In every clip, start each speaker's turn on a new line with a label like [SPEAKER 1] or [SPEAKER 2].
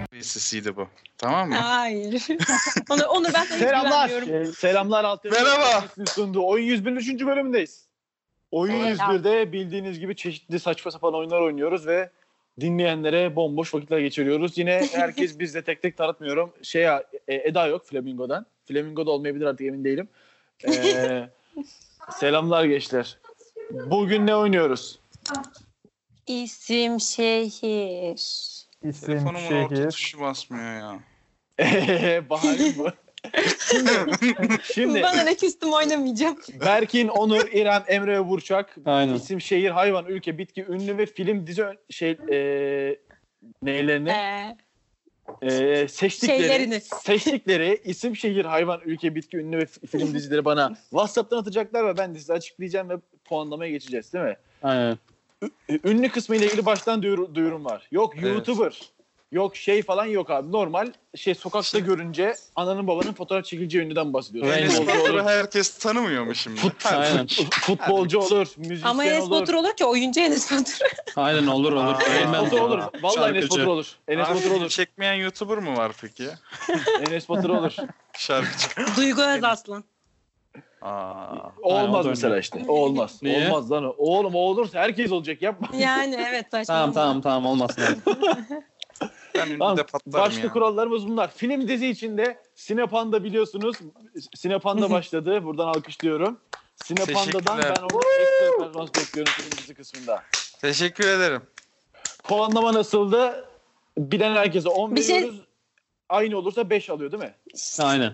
[SPEAKER 1] tepkisiydi bu. Tamam mı?
[SPEAKER 2] Hayır. onu, onu ben de
[SPEAKER 3] Selamlar.
[SPEAKER 2] güvenmiyorum.
[SPEAKER 3] Ee, selamlar Altın
[SPEAKER 1] Merhaba.
[SPEAKER 3] Üniversitesi'nin sunduğu Oyun 101'in 3. bölümündeyiz. Oyun
[SPEAKER 2] Evet.
[SPEAKER 3] 101'de bildiğiniz gibi çeşitli saçma sapan oyunlar oynuyoruz ve dinleyenlere bomboş vakitler geçiriyoruz. Yine herkes bizle tek tek tanıtmıyorum. Şey e, Eda yok Flamingo'dan. Flamingo da olmayabilir artık emin değilim. Ee, selamlar gençler. Bugün ne oynuyoruz?
[SPEAKER 2] İsim şehir.
[SPEAKER 4] İsim
[SPEAKER 1] Telefonumun orta
[SPEAKER 4] şehir.
[SPEAKER 1] tuşu basmıyor ya.
[SPEAKER 3] Bahane bu. Şimdi, şimdi
[SPEAKER 2] Bana ne küstüm oynamayacağım.
[SPEAKER 3] Berkin, Onur, İrem, Emre ve Burçak
[SPEAKER 4] Aynen.
[SPEAKER 3] İsim, şehir, hayvan, ülke, bitki, ünlü ve film, dizi ön- şey e, neylerini
[SPEAKER 2] Ee,
[SPEAKER 3] e, seçtikleri
[SPEAKER 2] şeylerini.
[SPEAKER 3] şey seçtikleri isim, şehir, hayvan, ülke, bitki, ünlü ve f- film dizileri bana WhatsApp'tan atacaklar ve ben de size açıklayacağım ve puanlamaya geçeceğiz değil mi?
[SPEAKER 4] Aynen.
[SPEAKER 3] Ü- Ünlü kısmı ile ilgili baştan duyuru- duyurum var. Yok
[SPEAKER 1] Evet.
[SPEAKER 3] YouTuber. Yok şey falan yok abi. Normal şey sokakta
[SPEAKER 1] Şey-
[SPEAKER 3] görünce ananın babanın fotoğraf çekileceği ünlüden bahsediyoruz.
[SPEAKER 4] Aynen.
[SPEAKER 1] Enes
[SPEAKER 3] Futbolcu
[SPEAKER 1] Batur'u
[SPEAKER 3] olur,
[SPEAKER 1] herkes tanımıyor mu şimdi?
[SPEAKER 4] Fut,
[SPEAKER 1] Hadi.
[SPEAKER 4] aynen.
[SPEAKER 3] futbolcu olur, müzisyen
[SPEAKER 2] Ama Enes
[SPEAKER 3] olur.
[SPEAKER 2] Batur olur ki oyuncu Enes Batur.
[SPEAKER 4] Aynen olur olur.
[SPEAKER 1] Aa, ya.
[SPEAKER 3] Enes
[SPEAKER 4] Eğilmez
[SPEAKER 3] Batur olur. Vallahi Enes
[SPEAKER 4] Şarkıcı.
[SPEAKER 3] Batur olur. Enes
[SPEAKER 1] Abi,
[SPEAKER 3] Batur olur.
[SPEAKER 1] Çekmeyen YouTuber mı var peki?
[SPEAKER 3] Enes Batur olur.
[SPEAKER 1] Şarkıcı.
[SPEAKER 2] Duygu Özaslan.
[SPEAKER 1] Aa.
[SPEAKER 3] O
[SPEAKER 4] Aynen, o
[SPEAKER 3] olmaz
[SPEAKER 4] da
[SPEAKER 3] mesela
[SPEAKER 4] öyle.
[SPEAKER 3] işte. O olmaz.
[SPEAKER 4] Niye?
[SPEAKER 3] Olmaz lan. o. Oğlum o olursa herkes olacak. Yapma.
[SPEAKER 2] Yani evet saçmalama.
[SPEAKER 4] Tamam tamam tamam olmasın. abi.
[SPEAKER 1] Ben ünlü
[SPEAKER 3] Tamam,
[SPEAKER 1] de patlarım
[SPEAKER 3] Başka
[SPEAKER 1] ya.
[SPEAKER 3] kurallarımız bunlar. Film dizi içinde Sinepan'da biliyorsunuz. Sinepan'da başladı. Buradan alkışlıyorum. Sinepan'dan
[SPEAKER 1] Teşekkürler.
[SPEAKER 3] ben onu ekstra performans bekliyorum film dizi kısmında.
[SPEAKER 1] Teşekkür ederim.
[SPEAKER 3] Puanlama nasıldı? Bilen herkese 10
[SPEAKER 2] Bir şey-
[SPEAKER 3] veriyoruz. Aynı olursa 5 alıyor değil mi?
[SPEAKER 4] Aynen.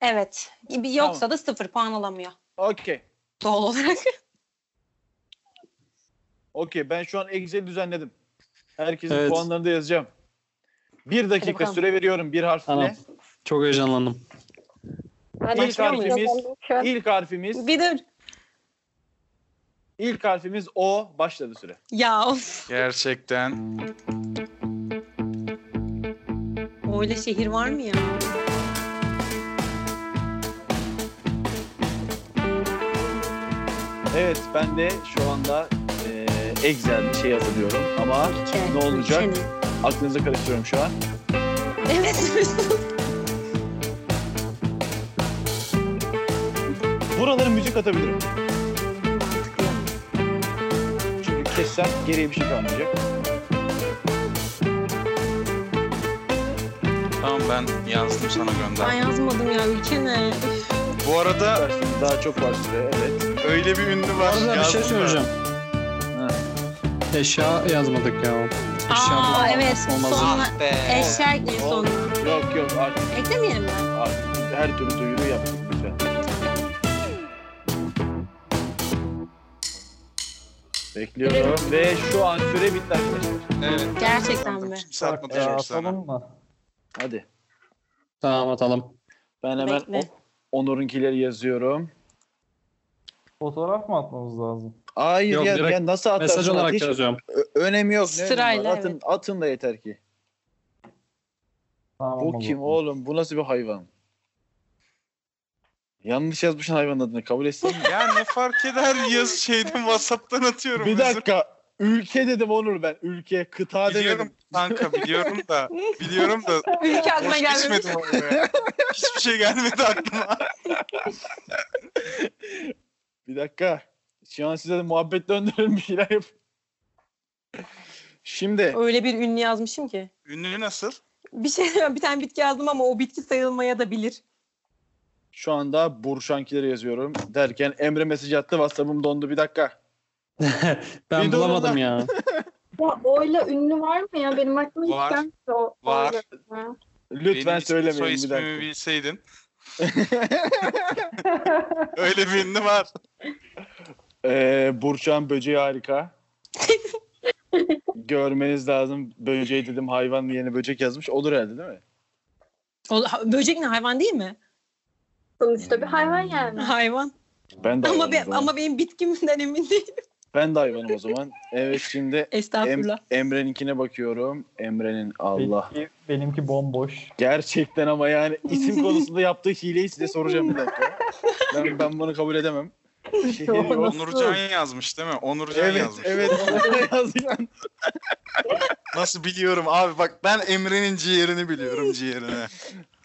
[SPEAKER 2] Evet. Gibi Yoksa da sıfır puan alamıyor.
[SPEAKER 3] Okey.
[SPEAKER 2] Doğal olarak.
[SPEAKER 3] Okey ben şu an Excel düzenledim. Herkesin
[SPEAKER 4] Evet.
[SPEAKER 3] puanlarını da yazacağım. Bir dakika
[SPEAKER 2] bakalım.
[SPEAKER 3] süre veriyorum bir harfle.
[SPEAKER 4] Tamam. Çok heyecanlandım.
[SPEAKER 3] İlk harfimiz- İlk harfimiz,
[SPEAKER 2] Bir dur.
[SPEAKER 3] ilk harfimiz O başladı süre.
[SPEAKER 2] Ya of.
[SPEAKER 1] Gerçekten.
[SPEAKER 2] Öyle şehir var mı ya?
[SPEAKER 3] Evet ben de şu anda e, Excel şey hazırlıyorum ama
[SPEAKER 2] Ke-
[SPEAKER 3] Ne olacak?
[SPEAKER 2] Kene.
[SPEAKER 3] aklınıza karıştırıyorum şu an.
[SPEAKER 2] Evet Mesut.
[SPEAKER 3] Buralara müzik atabilirim.
[SPEAKER 2] Mantıklı.
[SPEAKER 3] Çünkü kessem geriye bir şey kalmayacak.
[SPEAKER 1] Tamam ben yazdım sana
[SPEAKER 2] Ben
[SPEAKER 1] gönderdim.
[SPEAKER 2] yazmadım ya ülke ne? Üf.
[SPEAKER 1] Bu arada
[SPEAKER 3] Dersiniz, Daha çok var süre evet.
[SPEAKER 1] öyle bir ünlü
[SPEAKER 4] Bu
[SPEAKER 1] var.
[SPEAKER 4] arada bir
[SPEAKER 1] yazdım
[SPEAKER 4] şey
[SPEAKER 1] da.
[SPEAKER 4] söyleyeceğim.
[SPEAKER 3] Ha.
[SPEAKER 4] Eşya yazmadık ya. Eşya
[SPEAKER 2] Aa
[SPEAKER 4] bu-
[SPEAKER 2] evet.
[SPEAKER 4] şey olmaz.
[SPEAKER 2] Sonra eşek en son.
[SPEAKER 3] Yok yok artık,
[SPEAKER 2] Eklemeyelim mi?
[SPEAKER 3] artık her türlü duyuru yaptık lütfen. Bekliyorum ve şu an süre bitti arkadaşlar.
[SPEAKER 1] Evet.
[SPEAKER 2] Gerçekten mi?
[SPEAKER 1] Kimse atmadı çünkü sana.
[SPEAKER 4] mı?
[SPEAKER 3] Hadi
[SPEAKER 4] Tamam atalım.
[SPEAKER 3] ben hemen
[SPEAKER 2] Bekle.
[SPEAKER 3] o- Onur'unkileri yazıyorum.
[SPEAKER 5] Fotoğraf mı atmamız lazım?
[SPEAKER 3] Hayır
[SPEAKER 4] Yok,
[SPEAKER 3] ya,
[SPEAKER 4] direkt
[SPEAKER 3] ya nasıl atarsın?
[SPEAKER 4] Mesaj olarak
[SPEAKER 3] Hiç-
[SPEAKER 4] yazıyorum.
[SPEAKER 3] Ö- önemi yok. Ne önemi
[SPEAKER 2] Sırayla,
[SPEAKER 3] var? atın,
[SPEAKER 2] evet.
[SPEAKER 3] atın da yeter ki.
[SPEAKER 5] Tamam,
[SPEAKER 3] Bu
[SPEAKER 5] o
[SPEAKER 3] kim
[SPEAKER 5] zaman.
[SPEAKER 3] oğlum? Bu nasıl bir hayvan? Yanlış yazmışsın hayvanın adını. Kabul etsin mi?
[SPEAKER 1] Ya ne fark eder yaz şeyden WhatsApp'tan atıyorum.
[SPEAKER 3] bir
[SPEAKER 1] özür
[SPEAKER 3] dakika. Ülke dedim Onur ben. Ülke, kıta
[SPEAKER 1] Biliyorum
[SPEAKER 3] demedim.
[SPEAKER 1] kanka biliyorum da biliyorum da
[SPEAKER 2] Ülke adına
[SPEAKER 1] boş
[SPEAKER 2] gelmemiş.
[SPEAKER 1] geçmedi oraya. Hiçbir şey gelmedi aklıma.
[SPEAKER 3] Bir dakika. Şu an size de muhabbet döndürün bir şeyler yap. Şimdi
[SPEAKER 2] Öyle bir ünlü yazmışım ki.
[SPEAKER 1] Ünlü nasıl?
[SPEAKER 2] Bir şey bir tane bitki yazdım ama o bitki sayılmaya da bilir.
[SPEAKER 3] şu anda Burşankileri yazıyorum derken Emre mesaj attı. WhatsApp'ım dondu bir dakika.
[SPEAKER 4] Ben
[SPEAKER 3] Bir de
[SPEAKER 4] bulamadım
[SPEAKER 3] oradan-
[SPEAKER 4] ya.
[SPEAKER 6] Ya oyla ünlü var mı ya? Benim aklıma ilk
[SPEAKER 1] Var.
[SPEAKER 6] gelmedi o.
[SPEAKER 1] Var.
[SPEAKER 6] oyla ünlü.
[SPEAKER 3] Lütfen
[SPEAKER 1] Benim soy
[SPEAKER 3] söylemeyin bir
[SPEAKER 1] ismimi
[SPEAKER 3] dakika.
[SPEAKER 1] bilseydin. Öyle bir ünlü var.
[SPEAKER 3] Ee, Burçan böceği harika. Görmeniz lazım. Böceği dedim hayvan mı yeni böcek yazmış. Olur herhalde değil mi?
[SPEAKER 2] O, ha- böcek ne hayvan değil mi?
[SPEAKER 6] Sonuçta bir hayvan yani.
[SPEAKER 2] Hayvan.
[SPEAKER 3] Ben de
[SPEAKER 2] Ama
[SPEAKER 3] hayvanım
[SPEAKER 2] be,
[SPEAKER 3] o zaman.
[SPEAKER 2] ama benim bitkimden emin değil.
[SPEAKER 3] Ben de hayvanım o zaman. Evet şimdi em,
[SPEAKER 2] Estağfurullah.
[SPEAKER 3] Emre'ninkine bakıyorum. Emre'nin Allah.
[SPEAKER 5] Benimki, benimki bomboş.
[SPEAKER 3] Gerçekten ama yani isim konusunda yaptığı hileyi size soracağım bir dakika. Ben, ben bunu kabul edemem. Şehir yok.
[SPEAKER 1] Onurcan yazmış değil mi? Onurcan
[SPEAKER 3] Evet,
[SPEAKER 1] yazmış.
[SPEAKER 3] evet. Onurcan yazmış. Ben-
[SPEAKER 1] Nasıl biliyorum abi bak ben Emre'nin ciğerini biliyorum ciğerini.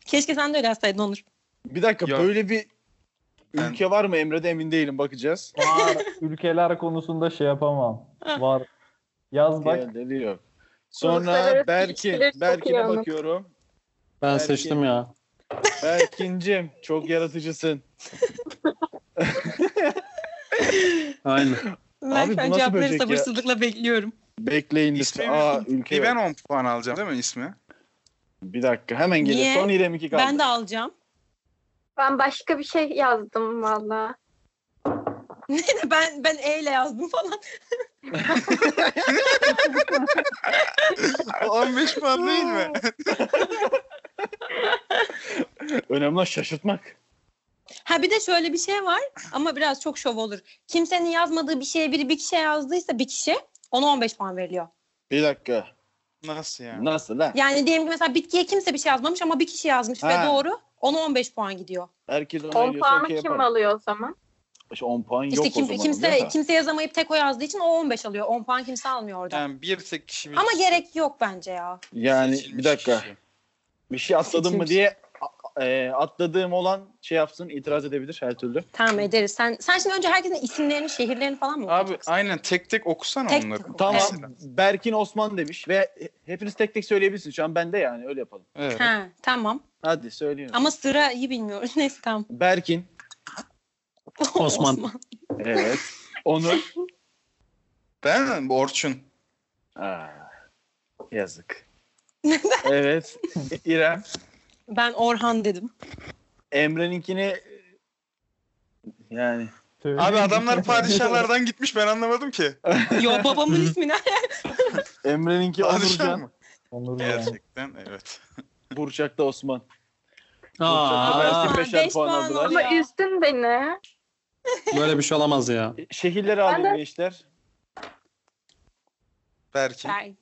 [SPEAKER 2] Keşke sen de öyle yazsaydın Onur.
[SPEAKER 3] Bir dakika
[SPEAKER 1] Yok.
[SPEAKER 3] böyle bir
[SPEAKER 1] Ben-
[SPEAKER 3] ülke var mı Emre'de emin değilim bakacağız.
[SPEAKER 5] Var. Ülkeler konusunda şey yapamam. Var. Yaz bak.
[SPEAKER 3] Diğerleri yok. Sonra
[SPEAKER 6] Uluslararası
[SPEAKER 3] Berkin.
[SPEAKER 6] ilişkileri çok iyi
[SPEAKER 3] Berkin'e
[SPEAKER 6] anlat.
[SPEAKER 3] bakıyorum.
[SPEAKER 4] Ben
[SPEAKER 3] Belki.
[SPEAKER 4] seçtim ya.
[SPEAKER 3] Berkincim çok yaratıcısın.
[SPEAKER 4] Aynen.
[SPEAKER 2] Ben
[SPEAKER 3] bu
[SPEAKER 2] şu an
[SPEAKER 3] nasıl
[SPEAKER 2] cevapları
[SPEAKER 3] böcek ya?
[SPEAKER 2] sabırsızlıkla bekliyorum.
[SPEAKER 3] Bekleyin lütfen.
[SPEAKER 1] İsmi
[SPEAKER 3] Aa,
[SPEAKER 1] mi?
[SPEAKER 3] ülke
[SPEAKER 1] Bir
[SPEAKER 3] yok.
[SPEAKER 1] ben 10 puan alacağım değil mi ismi?
[SPEAKER 3] Bir dakika hemen gelir.
[SPEAKER 2] Niye?
[SPEAKER 3] Son İrem 2 kaldı.
[SPEAKER 2] Ben de alacağım.
[SPEAKER 6] Ben başka bir şey yazdım valla.
[SPEAKER 2] ben ben E ile yazdım falan.
[SPEAKER 1] 15 puan değil mi?
[SPEAKER 3] Önemli olan şaşırtmak.
[SPEAKER 2] Ha bir de şöyle bir şey var ama biraz çok şov olur. Kimsenin yazmadığı bir şeye biri bir kişi yazdıysa bir kişi ona 15 puan veriliyor.
[SPEAKER 3] Bir dakika.
[SPEAKER 1] Nasıl yani?
[SPEAKER 3] Nasıl lan?
[SPEAKER 2] Yani diyelim ki mesela bitkiye kimse bir şey yazmamış ama bir kişi yazmış
[SPEAKER 3] Ha.
[SPEAKER 2] ve doğru ona 15 puan gidiyor.
[SPEAKER 3] Herkes onu
[SPEAKER 6] 10
[SPEAKER 3] veriyorsa
[SPEAKER 6] puanı
[SPEAKER 3] okey
[SPEAKER 6] kim
[SPEAKER 3] yapar.
[SPEAKER 6] alıyor o zaman?
[SPEAKER 3] İşte 10 puan
[SPEAKER 2] İşte
[SPEAKER 3] yok
[SPEAKER 2] kim-
[SPEAKER 3] o zaman.
[SPEAKER 2] kimse
[SPEAKER 3] değil mi?
[SPEAKER 2] kimse yazamayıp tek o yazdığı için o 15 alıyor. 10 puan kimse almıyor orada.
[SPEAKER 1] Yani bir tek kişi bir
[SPEAKER 2] Ama gerek yok bence ya.
[SPEAKER 3] Yani bir
[SPEAKER 1] seçilmiş
[SPEAKER 3] dakika.
[SPEAKER 1] kişi.
[SPEAKER 3] Bir şey atladım mı
[SPEAKER 2] Seçilmiş.
[SPEAKER 3] diye a- e, atladığım olan şey yapsın itiraz edebilir her türlü.
[SPEAKER 2] Tamam ederiz. Sen sen şimdi önce herkesin isimlerini, şehirlerini falan mı
[SPEAKER 1] Abi
[SPEAKER 2] okuyacaksın?
[SPEAKER 1] aynen tek tek okusana
[SPEAKER 2] Tek-
[SPEAKER 1] onları.
[SPEAKER 3] Tamam.
[SPEAKER 1] Mesela.
[SPEAKER 3] Berkin Osman demiş ve he- hepiniz tek tek söyleyebilirsiniz. Şu an bende yani öyle yapalım.
[SPEAKER 1] Evet.
[SPEAKER 2] Ha, tamam.
[SPEAKER 3] Hadi söyleyin.
[SPEAKER 2] Ama sıra iyi bilmiyoruz. Neyse tamam.
[SPEAKER 3] Berkin.
[SPEAKER 4] Osman.
[SPEAKER 3] Evet. Onur.
[SPEAKER 1] Ben mi? Orçun.
[SPEAKER 3] Aa, yazık. evet. İrem.
[SPEAKER 2] Ben Orhan dedim.
[SPEAKER 3] Emre'ninkini yani
[SPEAKER 5] Tövbe.
[SPEAKER 1] Abi
[SPEAKER 3] şey
[SPEAKER 1] adamlar padişahlardan gitmiş ben anlamadım ki.
[SPEAKER 2] Yo babamın ismi ne?
[SPEAKER 3] Emre'ninki
[SPEAKER 1] Padişah
[SPEAKER 3] Onurcan,
[SPEAKER 1] mı?
[SPEAKER 5] Onur yani.
[SPEAKER 1] Gerçekten evet.
[SPEAKER 3] Burçak'ta Osman.
[SPEAKER 4] Aa,
[SPEAKER 3] Berkin beşer
[SPEAKER 2] beş
[SPEAKER 3] puan
[SPEAKER 2] puan
[SPEAKER 3] aldılar.
[SPEAKER 2] aldı.
[SPEAKER 6] Ama
[SPEAKER 2] Ya.
[SPEAKER 6] üzdün beni.
[SPEAKER 4] böyle bir şey olamaz ya.
[SPEAKER 3] Şehirleri
[SPEAKER 6] Ben
[SPEAKER 3] alayım gençler.
[SPEAKER 1] Berkin.
[SPEAKER 2] Ben-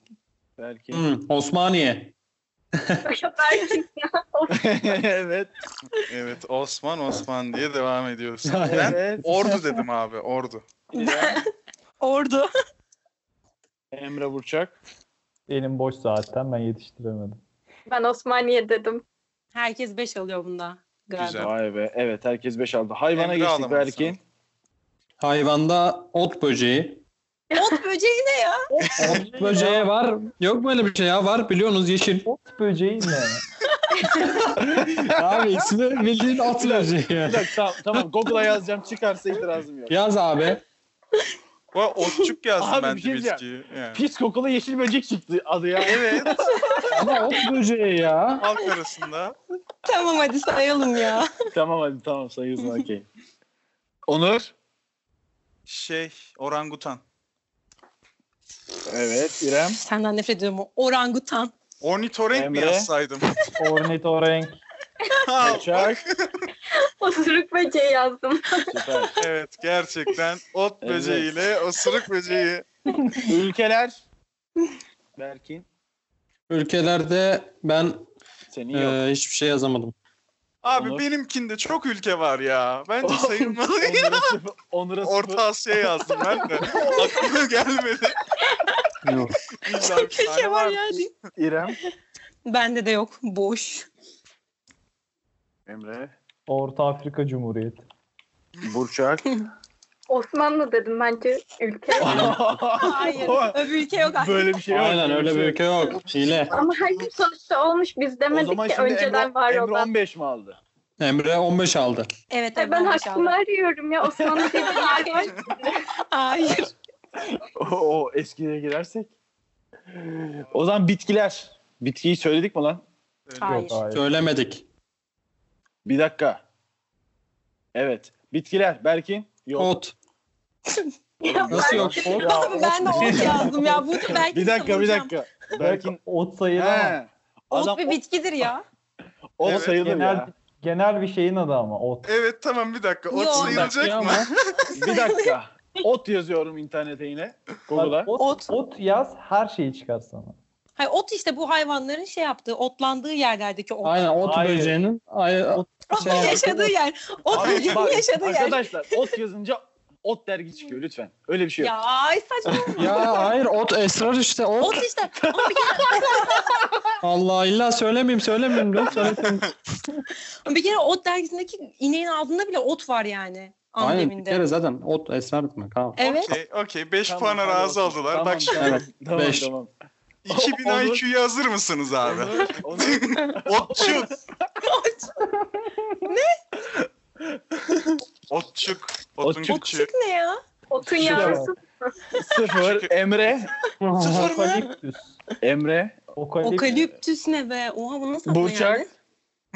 [SPEAKER 3] Berkin.
[SPEAKER 4] Hı, Hmm, Osmaniye.
[SPEAKER 6] Belki
[SPEAKER 3] evet.
[SPEAKER 1] Evet Osman Osman diye devam ediyoruz. Ben
[SPEAKER 3] Evet.
[SPEAKER 1] Ordu dedim abi Ordu.
[SPEAKER 3] İrem,
[SPEAKER 2] Ordu.
[SPEAKER 3] Emre Burçak.
[SPEAKER 5] Elim boş zaten ben yetiştiremedim.
[SPEAKER 6] ben Osmaniye dedim.
[SPEAKER 2] Herkes 5 alıyor bunda galiba.
[SPEAKER 1] Güzel.
[SPEAKER 3] Vay be. Evet herkes 5 aldı. Hayvana
[SPEAKER 1] Emre
[SPEAKER 3] Şey, geçtik
[SPEAKER 1] alamadı
[SPEAKER 3] Berkin.
[SPEAKER 4] Hayvanda ot böceği.
[SPEAKER 2] Ot böceği ne ya?
[SPEAKER 4] Ot böceği var. Yok böyle bir şey ya. Var biliyorsunuz yeşil.
[SPEAKER 5] Ot böceği ne?
[SPEAKER 4] Abi ismi bildiğin ot böceği
[SPEAKER 3] Bir
[SPEAKER 4] yani.
[SPEAKER 3] dakika, tamam, tamam. Google'a yazacağım çıkarsa itirazım yok.
[SPEAKER 4] Yaz abi.
[SPEAKER 1] Bu otçuk yazdım
[SPEAKER 3] Abi,
[SPEAKER 1] ben
[SPEAKER 3] bir
[SPEAKER 1] de
[SPEAKER 3] şey diyeceğim.
[SPEAKER 1] bitkiyi. Yani.
[SPEAKER 3] Pis kokulu yeşil böcek çıktı adı ya.
[SPEAKER 1] Evet
[SPEAKER 4] Ama ot böceği ya.
[SPEAKER 1] halk arasında.
[SPEAKER 2] Tamam hadi sayalım ya.
[SPEAKER 3] tamam hadi tamam sayıyorsun okey. Onur.
[SPEAKER 1] Şey orangutan.
[SPEAKER 3] Evet İrem.
[SPEAKER 2] Senden nefret ediyorum. Orangutan.
[SPEAKER 1] Ornitorenk mi
[SPEAKER 3] Emre?
[SPEAKER 1] yazsaydım?
[SPEAKER 5] Ornitorenk.
[SPEAKER 1] Ha,
[SPEAKER 3] Burçak.
[SPEAKER 6] Osuruk böceği yazdım.
[SPEAKER 3] Süper.
[SPEAKER 1] evet gerçekten ot
[SPEAKER 3] Evet.
[SPEAKER 1] böceğiyle osuruk böceği.
[SPEAKER 3] Ülkeler. Berkin.
[SPEAKER 4] Ülkelerde ben
[SPEAKER 3] Senin yok.
[SPEAKER 4] e, hiçbir şey yazamadım.
[SPEAKER 1] Abi
[SPEAKER 3] Onur.
[SPEAKER 1] benimkinde çok ülke var ya. Bence sayılmalı.
[SPEAKER 3] Onur'a sıfır. Onur'a sıfır.
[SPEAKER 1] Orta Asya yazdım ben de. Aklıma gelmedi.
[SPEAKER 4] Yok.
[SPEAKER 1] İlla bir
[SPEAKER 2] Çok ülke
[SPEAKER 1] tane
[SPEAKER 2] var
[SPEAKER 1] varmış.
[SPEAKER 2] ya.
[SPEAKER 3] İrem.
[SPEAKER 2] Bende de yok. Boş.
[SPEAKER 3] Emre.
[SPEAKER 5] Orta Afrika Cumhuriyeti.
[SPEAKER 3] Burçak.
[SPEAKER 6] Osmanlı dedim bence ülke.
[SPEAKER 2] Hayır. Öbür ülke yok aslında.
[SPEAKER 3] Böyle bir şey yok.
[SPEAKER 4] Aynen öyle bir
[SPEAKER 3] şey
[SPEAKER 4] ülke yok. Hile.
[SPEAKER 6] Ama herkes sonuçta olmuş. Biz
[SPEAKER 3] O
[SPEAKER 6] demedik
[SPEAKER 3] zaman
[SPEAKER 6] ki
[SPEAKER 3] şimdi
[SPEAKER 6] önceden
[SPEAKER 3] Emre,
[SPEAKER 6] var
[SPEAKER 3] Emre
[SPEAKER 6] olan.
[SPEAKER 3] 15 mi aldı?
[SPEAKER 4] Emre 15 aldı.
[SPEAKER 2] Evet.
[SPEAKER 6] Ben,
[SPEAKER 2] evet,
[SPEAKER 6] ben
[SPEAKER 2] de
[SPEAKER 6] hakkımı
[SPEAKER 2] aldım.
[SPEAKER 6] arıyorum ya. Osmanlı diye bir yer var.
[SPEAKER 2] Hayır.
[SPEAKER 3] O, o eskiye girersek. O zaman bitkiler. Bitkiyi söyledik mi lan?
[SPEAKER 1] Öyle.
[SPEAKER 2] Hayır.
[SPEAKER 5] Yok hayır.
[SPEAKER 4] Söylemedik.
[SPEAKER 3] Bir dakika. Evet. Bitkiler. Berkin. Yok.
[SPEAKER 4] Ot.
[SPEAKER 6] Ya
[SPEAKER 4] Nasıl yok?
[SPEAKER 6] belki-
[SPEAKER 4] Ot.
[SPEAKER 2] Abi ben de ot şey yazdım ya. Bu belki
[SPEAKER 3] bir dakika bir
[SPEAKER 2] savunacağım.
[SPEAKER 3] dakika.
[SPEAKER 5] Belki
[SPEAKER 3] Berkin.
[SPEAKER 5] ot sayılamaz.
[SPEAKER 3] He.
[SPEAKER 2] Ot
[SPEAKER 3] Adam
[SPEAKER 2] bir
[SPEAKER 3] ot,
[SPEAKER 2] bitkidir ya.
[SPEAKER 3] ot
[SPEAKER 1] Evet,
[SPEAKER 3] sayılır
[SPEAKER 5] Genel,
[SPEAKER 3] ya. E,
[SPEAKER 5] genel bir şeyin adı ama ot.
[SPEAKER 1] Evet tamam bir dakika. Ot
[SPEAKER 2] Yok.
[SPEAKER 1] sayılacak mı?
[SPEAKER 3] Bir dakika. ot yazıyorum internete yine. Google'a.
[SPEAKER 5] Bak, ot,
[SPEAKER 2] Ot.
[SPEAKER 5] ot yaz her şeyi çıkar sana.
[SPEAKER 2] Hayır, ot işte bu hayvanların şey yaptığı, otlandığı yerlerdeki ot.
[SPEAKER 4] Aynen ot
[SPEAKER 3] Hayır.
[SPEAKER 4] böceğinin. Ay,
[SPEAKER 2] Otun
[SPEAKER 4] şey-
[SPEAKER 2] yaşadığı yer. Otun
[SPEAKER 3] Hayır, bak,
[SPEAKER 2] yaşadığı yer.
[SPEAKER 3] Arkadaşlar ot yazınca ot dergi çıkıyor lütfen. Öyle bir şey yok.
[SPEAKER 2] Ya ay saçma.
[SPEAKER 4] ya hayır ot esrar işte ot.
[SPEAKER 2] ot işte. Ama bir
[SPEAKER 4] Allah illa söylemeyeyim söylemeyeyim lan söyletmeyeyim.
[SPEAKER 2] kere, bir kere ot dergisindeki ineğin altında bile ot var yani.
[SPEAKER 4] Aynen bir
[SPEAKER 2] Ambleminde.
[SPEAKER 4] kere zaten ot esrar demek abi.
[SPEAKER 2] Evet.
[SPEAKER 1] Okey, okey. 5
[SPEAKER 3] Tamam,
[SPEAKER 1] puana
[SPEAKER 3] tamam,
[SPEAKER 1] razı
[SPEAKER 3] tamam.
[SPEAKER 1] oldular.
[SPEAKER 3] Tamam,
[SPEAKER 1] Bak şimdi
[SPEAKER 3] tamam.
[SPEAKER 4] Evet.
[SPEAKER 3] Tamam
[SPEAKER 4] Beş.
[SPEAKER 3] tamam.
[SPEAKER 1] 2000
[SPEAKER 3] Olur.
[SPEAKER 1] IQ'ya hazır mısınız abi?
[SPEAKER 3] Onu- onu-
[SPEAKER 1] Otçuk. Otçuk. Otun
[SPEAKER 3] Otçuk.
[SPEAKER 1] küçüğü.
[SPEAKER 2] Otçuk ne ya?
[SPEAKER 6] Otun
[SPEAKER 5] Şu da var.
[SPEAKER 6] yavrusu.
[SPEAKER 3] Sıfır. Emre.
[SPEAKER 5] Okaliptüs.
[SPEAKER 3] Emre.
[SPEAKER 5] Okaliptüs.
[SPEAKER 2] Okaliptüs ne be? Oha bu nasıl atma
[SPEAKER 3] Burçak.
[SPEAKER 2] yani?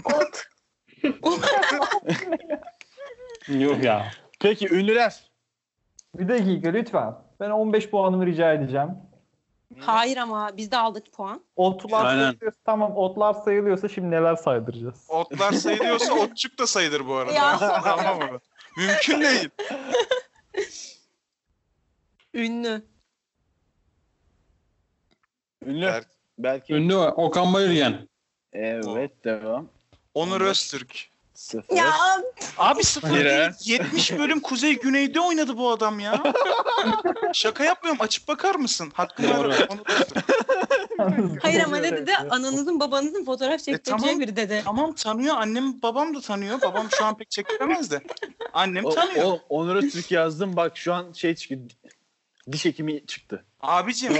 [SPEAKER 6] Ot.
[SPEAKER 4] Yok ya.
[SPEAKER 3] Peki ünlüler.
[SPEAKER 5] Bir dakika lütfen. Ben 15 puanımı rica edeceğim.
[SPEAKER 2] Hayır ama biz de aldık puan.
[SPEAKER 5] Otlar
[SPEAKER 4] Aynen.
[SPEAKER 5] sayılıyorsa tamam otlar sayılıyorsa şimdi neler saydıracağız?
[SPEAKER 1] Otlar sayılıyorsa otçuk da sayılır bu arada.
[SPEAKER 2] Ya.
[SPEAKER 1] tamam mı? Mümkün değil.
[SPEAKER 2] Ünlü.
[SPEAKER 3] Ünlü.
[SPEAKER 1] Berk.
[SPEAKER 3] Belki.
[SPEAKER 4] Ünlü o, Okan Bayülgen.
[SPEAKER 3] Evet devam.
[SPEAKER 1] Onur Öztürk.
[SPEAKER 3] Sıfır.
[SPEAKER 2] Ya
[SPEAKER 1] Abi sıfır değil.
[SPEAKER 3] Bir, he?
[SPEAKER 1] 70 bölüm Kuzey Güney'de oynadı bu adam ya. Şaka yapmıyorum. Açıp bakar mısın? Hakkını
[SPEAKER 4] Doğru.
[SPEAKER 1] ara. Onur Öztürk.
[SPEAKER 2] hayır ama ne dedi? Ananızın babanızın
[SPEAKER 4] E,
[SPEAKER 2] fotoğraf çektireceği
[SPEAKER 1] tamam.
[SPEAKER 2] biri dedi.
[SPEAKER 1] Tamam tanıyor. Annem babam da tanıyor. Babam şu an pek çektiremez de. Annem
[SPEAKER 3] O,
[SPEAKER 1] tanıyor.
[SPEAKER 3] o, Onur Öztürk yazdım bak şu an şey çıktı. Diş hekimi çıktı.
[SPEAKER 1] Abicim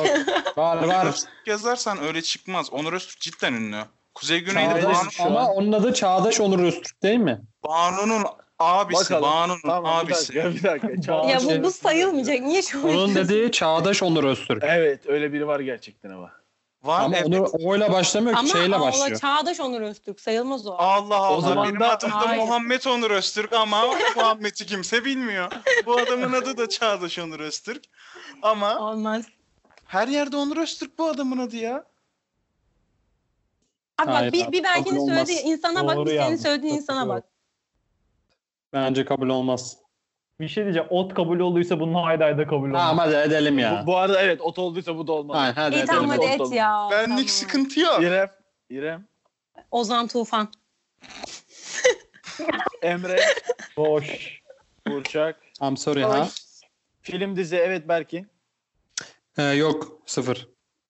[SPEAKER 4] Var
[SPEAKER 1] Onur
[SPEAKER 4] var.
[SPEAKER 1] Öztürk yazarsan öyle çıkmaz. Onur Öztürk cidden ünlü. Kuzey Güney'de
[SPEAKER 3] Çağdaş-
[SPEAKER 1] Banu,
[SPEAKER 4] Çağdaş,
[SPEAKER 3] şu
[SPEAKER 4] ama
[SPEAKER 3] an.
[SPEAKER 4] onun adı Çağdaş Onur Öztürk değil mi?
[SPEAKER 1] Banu'nun abisi.
[SPEAKER 3] Bakalım.
[SPEAKER 1] Banu'nun
[SPEAKER 3] Tamam
[SPEAKER 1] abisi.
[SPEAKER 3] bir dakika. Bir dakika. Çağ-
[SPEAKER 2] Ya
[SPEAKER 4] şey-
[SPEAKER 2] bu, bu sayılmayacak. Niye şu
[SPEAKER 4] Onun dediği Çağdaş Onur Öztürk.
[SPEAKER 3] Evet öyle biri var gerçekten ama.
[SPEAKER 1] Var
[SPEAKER 4] Ama
[SPEAKER 1] evet.
[SPEAKER 4] Onur O'yla başlamıyor ki
[SPEAKER 2] Ama
[SPEAKER 4] şeyle
[SPEAKER 2] Allah,
[SPEAKER 4] başlıyor.
[SPEAKER 2] Çağdaş Onur Öztürk sayılmaz o.
[SPEAKER 1] Allah Allah.
[SPEAKER 3] zaman
[SPEAKER 1] Benim
[SPEAKER 3] da-
[SPEAKER 1] adım da
[SPEAKER 2] Hayır.
[SPEAKER 1] Muhammed Onur Öztürk ama Muhammed'i kimse bilmiyor. Bu adamın adı da Çağdaş Onur Öztürk. Ama
[SPEAKER 2] Olmaz.
[SPEAKER 1] her yerde Onur Öztürk bu adamın adı ya.
[SPEAKER 2] Abi
[SPEAKER 4] Hayır
[SPEAKER 2] bak bir,
[SPEAKER 4] abi,
[SPEAKER 2] bir Berkin'in
[SPEAKER 4] kabul olmaz.
[SPEAKER 2] söylediği insana
[SPEAKER 5] Doğru
[SPEAKER 2] bak, bir senin
[SPEAKER 5] yalnız,
[SPEAKER 2] söylediğin insana
[SPEAKER 5] katılıyorum.
[SPEAKER 2] bak.
[SPEAKER 4] Bence kabul olmaz.
[SPEAKER 5] Bir şey diyeceğim. Ot kabul olduysa bunun hayda hayda kabul olmaz.
[SPEAKER 4] Tamam hadi edelim ya.
[SPEAKER 3] Bu, bu arada evet ot olduysa bu da olmaz.
[SPEAKER 4] Aynen, hadi
[SPEAKER 2] İyi tamam
[SPEAKER 4] edelim.
[SPEAKER 2] hadi et
[SPEAKER 3] Olmaz.
[SPEAKER 2] ya.
[SPEAKER 1] Benlik
[SPEAKER 2] Tamam.
[SPEAKER 1] sıkıntı yok.
[SPEAKER 3] İrem. İrem.
[SPEAKER 2] Ozan Tufan.
[SPEAKER 3] Emre.
[SPEAKER 5] Boş.
[SPEAKER 3] Burçak.
[SPEAKER 4] I'm sorry ha.
[SPEAKER 3] Film dizi evet Berkin.
[SPEAKER 4] Ee, yok sıfır.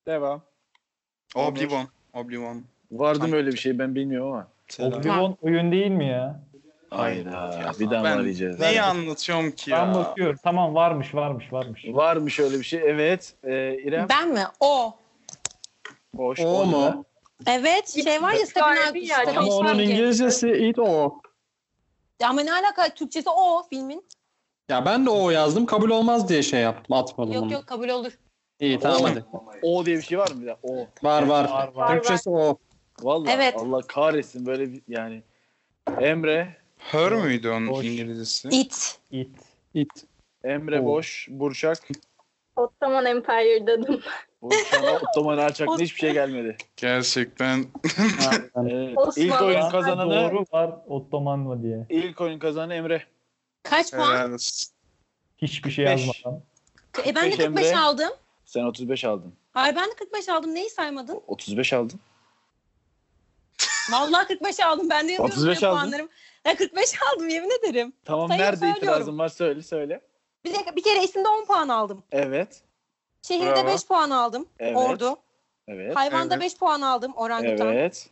[SPEAKER 3] Devam.
[SPEAKER 1] Oblivion. Oblivion.
[SPEAKER 3] Vardı mı öyle bir şey ben bilmiyorum ama.
[SPEAKER 5] Oblivion oyun değil mi ya?
[SPEAKER 3] Hayda. Bir daha mı
[SPEAKER 1] Ben
[SPEAKER 3] arayacağız?
[SPEAKER 1] Neyi anlatıyorum ki
[SPEAKER 5] Ben
[SPEAKER 1] ya?
[SPEAKER 5] bakıyorum. Tamam varmış varmış varmış.
[SPEAKER 3] Varmış öyle bir şey. Evet. Ee, İrem.
[SPEAKER 2] Ben mi? O.
[SPEAKER 3] Boş.
[SPEAKER 4] O
[SPEAKER 3] oldu.
[SPEAKER 4] mu?
[SPEAKER 2] Evet şey var ya
[SPEAKER 6] Vardı
[SPEAKER 2] Sabina.
[SPEAKER 6] ya,
[SPEAKER 2] Sabina
[SPEAKER 4] Ama onun
[SPEAKER 2] Şengi.
[SPEAKER 4] İngilizcesi it o.
[SPEAKER 2] Ya Ama ne alaka Türkçesi o filmin.
[SPEAKER 4] Ya ben de o yazdım kabul olmaz diye şey yaptım atmadım onu.
[SPEAKER 2] Yok yok kabul olur.
[SPEAKER 4] İyi tamam
[SPEAKER 3] O.
[SPEAKER 4] hadi.
[SPEAKER 3] O diye bir şey var mı bir daha? O.
[SPEAKER 4] Var var.
[SPEAKER 5] Var var.
[SPEAKER 4] Türkçesi o.
[SPEAKER 3] Vallahi
[SPEAKER 2] Evet.
[SPEAKER 3] Allah kahretsin böyle bir yani. Emre,
[SPEAKER 1] Her müydü onun
[SPEAKER 5] Boş.
[SPEAKER 1] İngilizcesi?
[SPEAKER 2] It.
[SPEAKER 5] It.
[SPEAKER 4] It.
[SPEAKER 3] Emre
[SPEAKER 4] O.
[SPEAKER 3] Boş, Burçak.
[SPEAKER 6] Ottoman Empire dedim.
[SPEAKER 3] Burçak'a Ottoman Erçak'la hiçbir şey gelmedi.
[SPEAKER 1] Gerçekten
[SPEAKER 3] Evet.
[SPEAKER 6] Osmanlı.
[SPEAKER 3] İlk oyun
[SPEAKER 5] Kazananı...
[SPEAKER 3] kazananı
[SPEAKER 5] Doğru var Ottoman mı diye.
[SPEAKER 3] İlk oyun kazanan Emre.
[SPEAKER 2] Kaç puan?
[SPEAKER 1] herhalde.
[SPEAKER 5] Hiçbir şey
[SPEAKER 3] 45.
[SPEAKER 5] yazmadan.
[SPEAKER 2] E ben de
[SPEAKER 3] Peki
[SPEAKER 2] 45
[SPEAKER 3] Emre.
[SPEAKER 2] aldım.
[SPEAKER 3] Sen 35 aldın.
[SPEAKER 2] Hayır ben de 45 aldım. Neyi saymadın?
[SPEAKER 3] 35 aldın.
[SPEAKER 2] Vallahi 45 aldım. Ben de yazıyorum
[SPEAKER 3] 35
[SPEAKER 2] ya
[SPEAKER 3] aldın.
[SPEAKER 2] puanlarım. Ya 45 aldım yemin ederim.
[SPEAKER 3] Tamam
[SPEAKER 2] Sayın
[SPEAKER 3] nerede
[SPEAKER 2] söylüyorum.
[SPEAKER 3] itirazın var söyle söyle.
[SPEAKER 2] Bir, dakika, bir kere isimde 10 puan aldım.
[SPEAKER 3] Evet.
[SPEAKER 2] Şehirde
[SPEAKER 1] Bravo.
[SPEAKER 2] 5 puan aldım.
[SPEAKER 3] Evet.
[SPEAKER 2] Ordu.
[SPEAKER 3] Evet.
[SPEAKER 2] Hayvanda
[SPEAKER 1] evet.
[SPEAKER 2] 5 puan aldım. Orangutan.
[SPEAKER 3] Evet.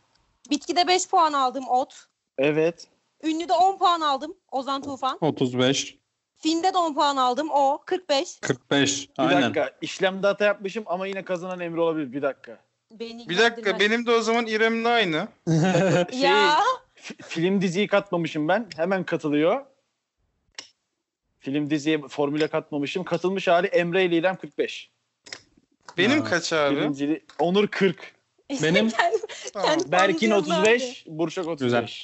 [SPEAKER 2] Bitkide 5 puan aldım. Ot.
[SPEAKER 3] Evet.
[SPEAKER 2] Ünlüde 10 puan aldım. Ozan Tufan.
[SPEAKER 4] 35.
[SPEAKER 2] Filmde de 10 puan aldım. O. 45.
[SPEAKER 4] 45.
[SPEAKER 3] Bir
[SPEAKER 4] Aynen.
[SPEAKER 3] dakika. İşlemde hata yapmışım ama yine kazanan Emre olabilir. Bir dakika.
[SPEAKER 2] Beni
[SPEAKER 1] Bir dakika
[SPEAKER 2] ilgilendirmez.
[SPEAKER 1] benim de o zaman İrem'le aynı.
[SPEAKER 3] Şey,
[SPEAKER 2] Ya.
[SPEAKER 3] fi- film diziyi katmamışım ben. Hemen katılıyor. Film diziye formüle katmamışım. Katılmış hali Emre ile İrem 45.
[SPEAKER 1] Benim
[SPEAKER 4] Ya,
[SPEAKER 1] kaç abi?
[SPEAKER 3] Birincili Onur 40.
[SPEAKER 4] Benim-
[SPEAKER 2] Kendi-
[SPEAKER 1] Tamam.
[SPEAKER 2] kendi
[SPEAKER 3] Berkin
[SPEAKER 2] puanını yazdı
[SPEAKER 3] 35. Burçak 35.
[SPEAKER 4] Güzel.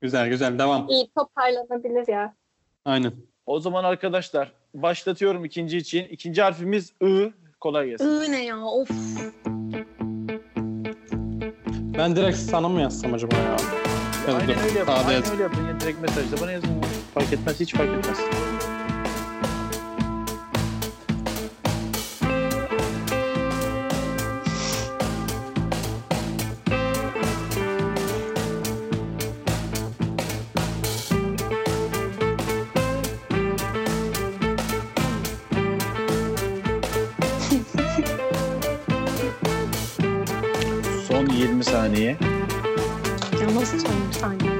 [SPEAKER 4] Güzel güzel devam.
[SPEAKER 6] İyi toparlanabilir ya.
[SPEAKER 4] Aynen.
[SPEAKER 3] O zaman arkadaşlar başlatıyorum ikinci için. İkinci harfimiz I. Kolay
[SPEAKER 2] abi.
[SPEAKER 3] gelsin.
[SPEAKER 2] Iı ne ya of.
[SPEAKER 4] Ben direkt sana mı yazsam acaba ya? Ya dur,
[SPEAKER 3] Aynen öyle yapın.
[SPEAKER 4] sağda
[SPEAKER 3] Aynen
[SPEAKER 4] yaz.
[SPEAKER 3] öyle yapın. Ya direkt mesajda bana yazın. Fark etmez. Hiç fark etmez. saniye.
[SPEAKER 2] Ya nasıl söyleyeyim saniye?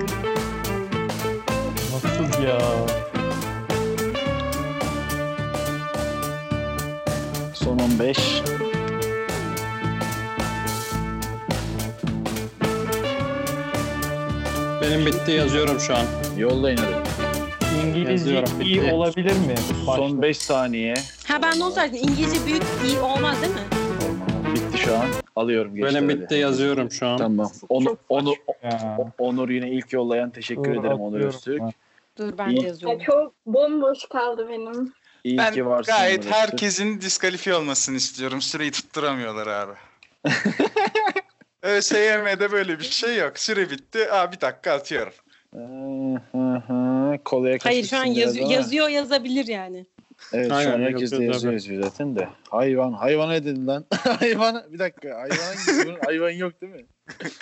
[SPEAKER 5] Nasıl ya?
[SPEAKER 3] Son 15.
[SPEAKER 4] Benim bitti yazıyorum şu an.
[SPEAKER 3] Yollayın hadi.
[SPEAKER 5] İngilizce
[SPEAKER 4] Yazıyorum, bitti.
[SPEAKER 5] iyi olabilir mi?
[SPEAKER 3] Son 5 saniye.
[SPEAKER 2] Ha ben de onu söyledim. İngilizce büyük iyi olmaz değil mi?
[SPEAKER 3] Bitti şu an. Alıyorum geçti.
[SPEAKER 4] Benim
[SPEAKER 3] hadi.
[SPEAKER 4] bitti yazıyorum şu an.
[SPEAKER 3] Tamam. Onu, onu,
[SPEAKER 5] Ya.
[SPEAKER 3] Onur yine ilk yollayan teşekkür
[SPEAKER 5] Dur,
[SPEAKER 3] ederim Onur
[SPEAKER 5] atıyorum.
[SPEAKER 3] Öztürk.
[SPEAKER 5] Ha.
[SPEAKER 2] Dur ben de
[SPEAKER 3] İyi.
[SPEAKER 6] Ya
[SPEAKER 2] yazıyorum.
[SPEAKER 6] çok bomboş kaldı benim.
[SPEAKER 3] İyi
[SPEAKER 1] Ben
[SPEAKER 3] ki varsın.
[SPEAKER 1] gayet
[SPEAKER 3] Onur Öztürk.
[SPEAKER 1] herkesin diskalifiye olmasını istiyorum. Süreyi tutturamıyorlar abi. ÖSYM'de böyle bir şey yok. Süre bitti. Aa bir dakika atıyorum.
[SPEAKER 3] Hı hı hı. Kolaya
[SPEAKER 2] Hayır şu an
[SPEAKER 3] kaçmışsın biraz
[SPEAKER 2] yazı-
[SPEAKER 3] ama.
[SPEAKER 2] yazıyor yazabilir yani.
[SPEAKER 3] Evet şu an
[SPEAKER 4] Aynen,
[SPEAKER 3] herkes de
[SPEAKER 4] yazıyor
[SPEAKER 3] yazıyor
[SPEAKER 4] tabii.
[SPEAKER 3] yazıyor zaten de. Hayvan. Hayvana ne dedin lan? hayvan. Bir dakika. Hayvan hangisi? Bunun hayvan yok değil mi?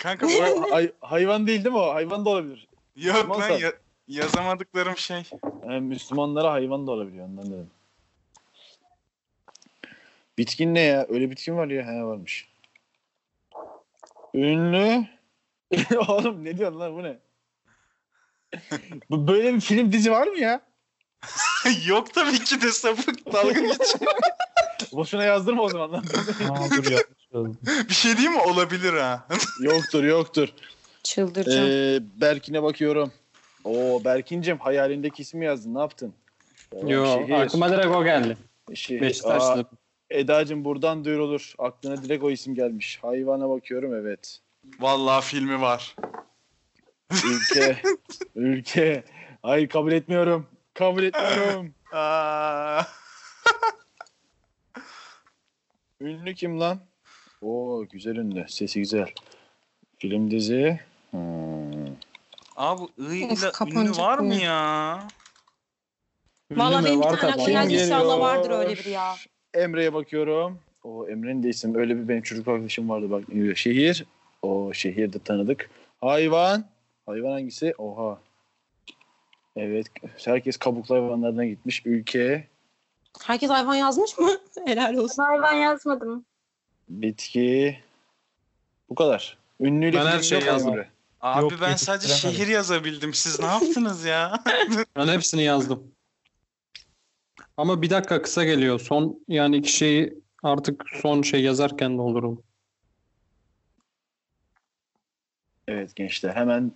[SPEAKER 1] Kanka bu
[SPEAKER 3] O hay- hayvan değil değil mi o? Hayvan da olabilir.
[SPEAKER 1] yok lan
[SPEAKER 3] Masa.
[SPEAKER 1] ya- yazamadıklarım şey.
[SPEAKER 3] Yani Ee, Müslümanlara hayvan da olabiliyor ondan dedim. Bitkin ne ya? Öyle bitkin var ya. He varmış. Ünlü. Oğlum ne diyorsun lan bu ne? Bu- Böyle bir film dizi var mı ya?
[SPEAKER 1] yok tabii ki de sapık dalga geç.
[SPEAKER 3] Boşuna yazdırma o zaman lan.
[SPEAKER 5] Ha, dur yanlış yazdım.
[SPEAKER 1] bir şey diyeyim mi? Olabilir ha.
[SPEAKER 3] yoktur yoktur.
[SPEAKER 2] Çıldıracağım.
[SPEAKER 3] Ee, Berkin'e bakıyorum. Oo Berkin'cim hayalindeki ismi yazdın. Ne yaptın? Oo,
[SPEAKER 4] Yo
[SPEAKER 3] şehir,
[SPEAKER 4] aklıma direkt o geldi.
[SPEAKER 3] şehir. Şey, Aa,
[SPEAKER 4] Beşiktaşlı.
[SPEAKER 3] Eda'cığım buradan duyurulur. Aklına direkt o isim gelmiş. Hayvana bakıyorum evet.
[SPEAKER 1] Vallahi filmi var.
[SPEAKER 3] Ülke. ülke. Hayır kabul etmiyorum. Kabul etmiyorum.
[SPEAKER 1] Aa,
[SPEAKER 3] Ünlü kim lan? Oo güzel ünlü. Sesi güzel. Film dizi. Hmm.
[SPEAKER 1] Abi bu I
[SPEAKER 2] Of,
[SPEAKER 1] ile ünlü
[SPEAKER 2] kapanacak
[SPEAKER 1] var mı
[SPEAKER 2] bu.
[SPEAKER 1] ya?
[SPEAKER 4] Ünlü
[SPEAKER 2] Vallahi
[SPEAKER 4] mü?
[SPEAKER 2] benim
[SPEAKER 4] Var
[SPEAKER 2] bir tane
[SPEAKER 4] tabii.
[SPEAKER 2] aklıma geldi
[SPEAKER 3] Kim
[SPEAKER 2] inşallah
[SPEAKER 3] geliyor?
[SPEAKER 2] vardır öyle biri ya.
[SPEAKER 3] Emre'ye bakıyorum. O Emre'nin de isim. Öyle bir benim çocuk arkadaşım vardı bak. Şehir. O şehir de tanıdık. Hayvan. Hayvan hangisi? Oha. Evet. Herkes kabuklu hayvanlarına gitmiş. Ülke.
[SPEAKER 2] Herkes hayvan yazmış mı? Helal olsun.
[SPEAKER 6] Ben hayvan yazmadım.
[SPEAKER 3] Bitki. Bu kadar. Ünlüyle
[SPEAKER 4] Ben her
[SPEAKER 3] film
[SPEAKER 4] şeyi
[SPEAKER 3] yok
[SPEAKER 4] yazdım.
[SPEAKER 3] Emre.
[SPEAKER 1] Abi
[SPEAKER 5] Yok,
[SPEAKER 1] ben sadece
[SPEAKER 5] yetiştiremedim.
[SPEAKER 1] şehir yazabildim. Siz ne yaptınız ya?
[SPEAKER 4] Ben hepsini yazdım. Ama bir dakika kısa geliyor. Son yani iki şeyi artık son şey yazarken de olurum.
[SPEAKER 3] Evet gençler hemen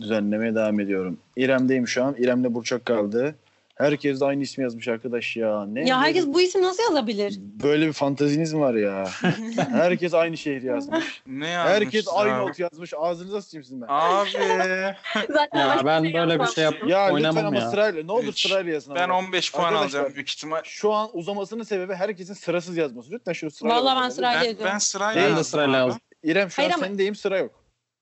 [SPEAKER 3] düzenlemeye devam ediyorum. İrem'deyim şu an. İrem'le Burçak kaldı. Herkes de aynı ismi yazmış arkadaş ya. Ne?
[SPEAKER 2] Ya herkes bu isim nasıl yazabilir?
[SPEAKER 3] Böyle bir fantaziniz mi var ya? herkes aynı şehir yazmış.
[SPEAKER 1] Ne yazmış
[SPEAKER 3] Herkes
[SPEAKER 1] ya?
[SPEAKER 3] aynı not yazmış. Ağzınıza sıçayım sizin ben.
[SPEAKER 1] Abi
[SPEAKER 6] Zaten
[SPEAKER 4] Ya
[SPEAKER 6] başka
[SPEAKER 4] ben
[SPEAKER 6] şey
[SPEAKER 4] böyle bir
[SPEAKER 6] yapmam.
[SPEAKER 4] şey yap
[SPEAKER 3] Ya lütfen
[SPEAKER 4] oynamam
[SPEAKER 3] ama
[SPEAKER 4] ya.
[SPEAKER 3] sırayla. Ne olur
[SPEAKER 1] Üç.
[SPEAKER 3] sırayla yazın.
[SPEAKER 1] ben
[SPEAKER 3] ama.
[SPEAKER 1] 15 puan
[SPEAKER 3] Arkadaşlar,
[SPEAKER 1] alacağım büyük ihtimal.
[SPEAKER 3] Şu an uzamasının sebebi herkesin sırasız yazması. Lütfen şu sırayla.
[SPEAKER 2] Vallahi ben
[SPEAKER 3] yazın.
[SPEAKER 2] sırayla-
[SPEAKER 1] Ben,
[SPEAKER 2] yazıyorum.
[SPEAKER 1] ben sırayla
[SPEAKER 4] Ben de
[SPEAKER 1] yazdım
[SPEAKER 4] sırayla
[SPEAKER 1] abi.
[SPEAKER 4] yazdım.
[SPEAKER 3] İrem şu
[SPEAKER 2] Hayır
[SPEAKER 3] an
[SPEAKER 2] ama-
[SPEAKER 3] sendeyim sıra yok.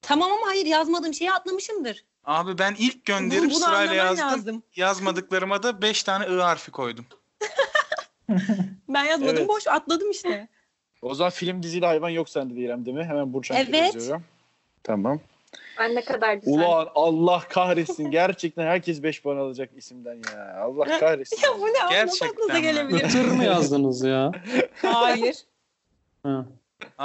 [SPEAKER 2] Tamam ama hayır yazmadığım şeyi atlamışımdır.
[SPEAKER 1] Abi ben ilk
[SPEAKER 2] Bunu,
[SPEAKER 1] gönderip
[SPEAKER 2] bunu
[SPEAKER 1] sırayla
[SPEAKER 2] anlaman
[SPEAKER 1] yazdım.
[SPEAKER 2] lazım.
[SPEAKER 1] Yazmadıklarıma da 5 tane ı harfi koydum.
[SPEAKER 2] Ben yazmadım
[SPEAKER 3] Evet.
[SPEAKER 2] boş atladım işte.
[SPEAKER 3] O zaman film diziyle hayvan yok sende de İrem değil mi? Hemen Burçak'a
[SPEAKER 2] Evet.
[SPEAKER 3] yazıyorum. Tamam.
[SPEAKER 6] Ben ne kadar güzel.
[SPEAKER 3] Ulan Allah kahretsin. Gerçekten herkes 5 puan alacak isimden ya. Allah kahretsin.
[SPEAKER 2] Ya bu ne? abi? Nasıl
[SPEAKER 1] Gerçekten
[SPEAKER 2] aklınıza
[SPEAKER 1] mi?
[SPEAKER 2] gelebilir?
[SPEAKER 4] Itır mı yazdınız ya?
[SPEAKER 2] Hayır.
[SPEAKER 4] Hı.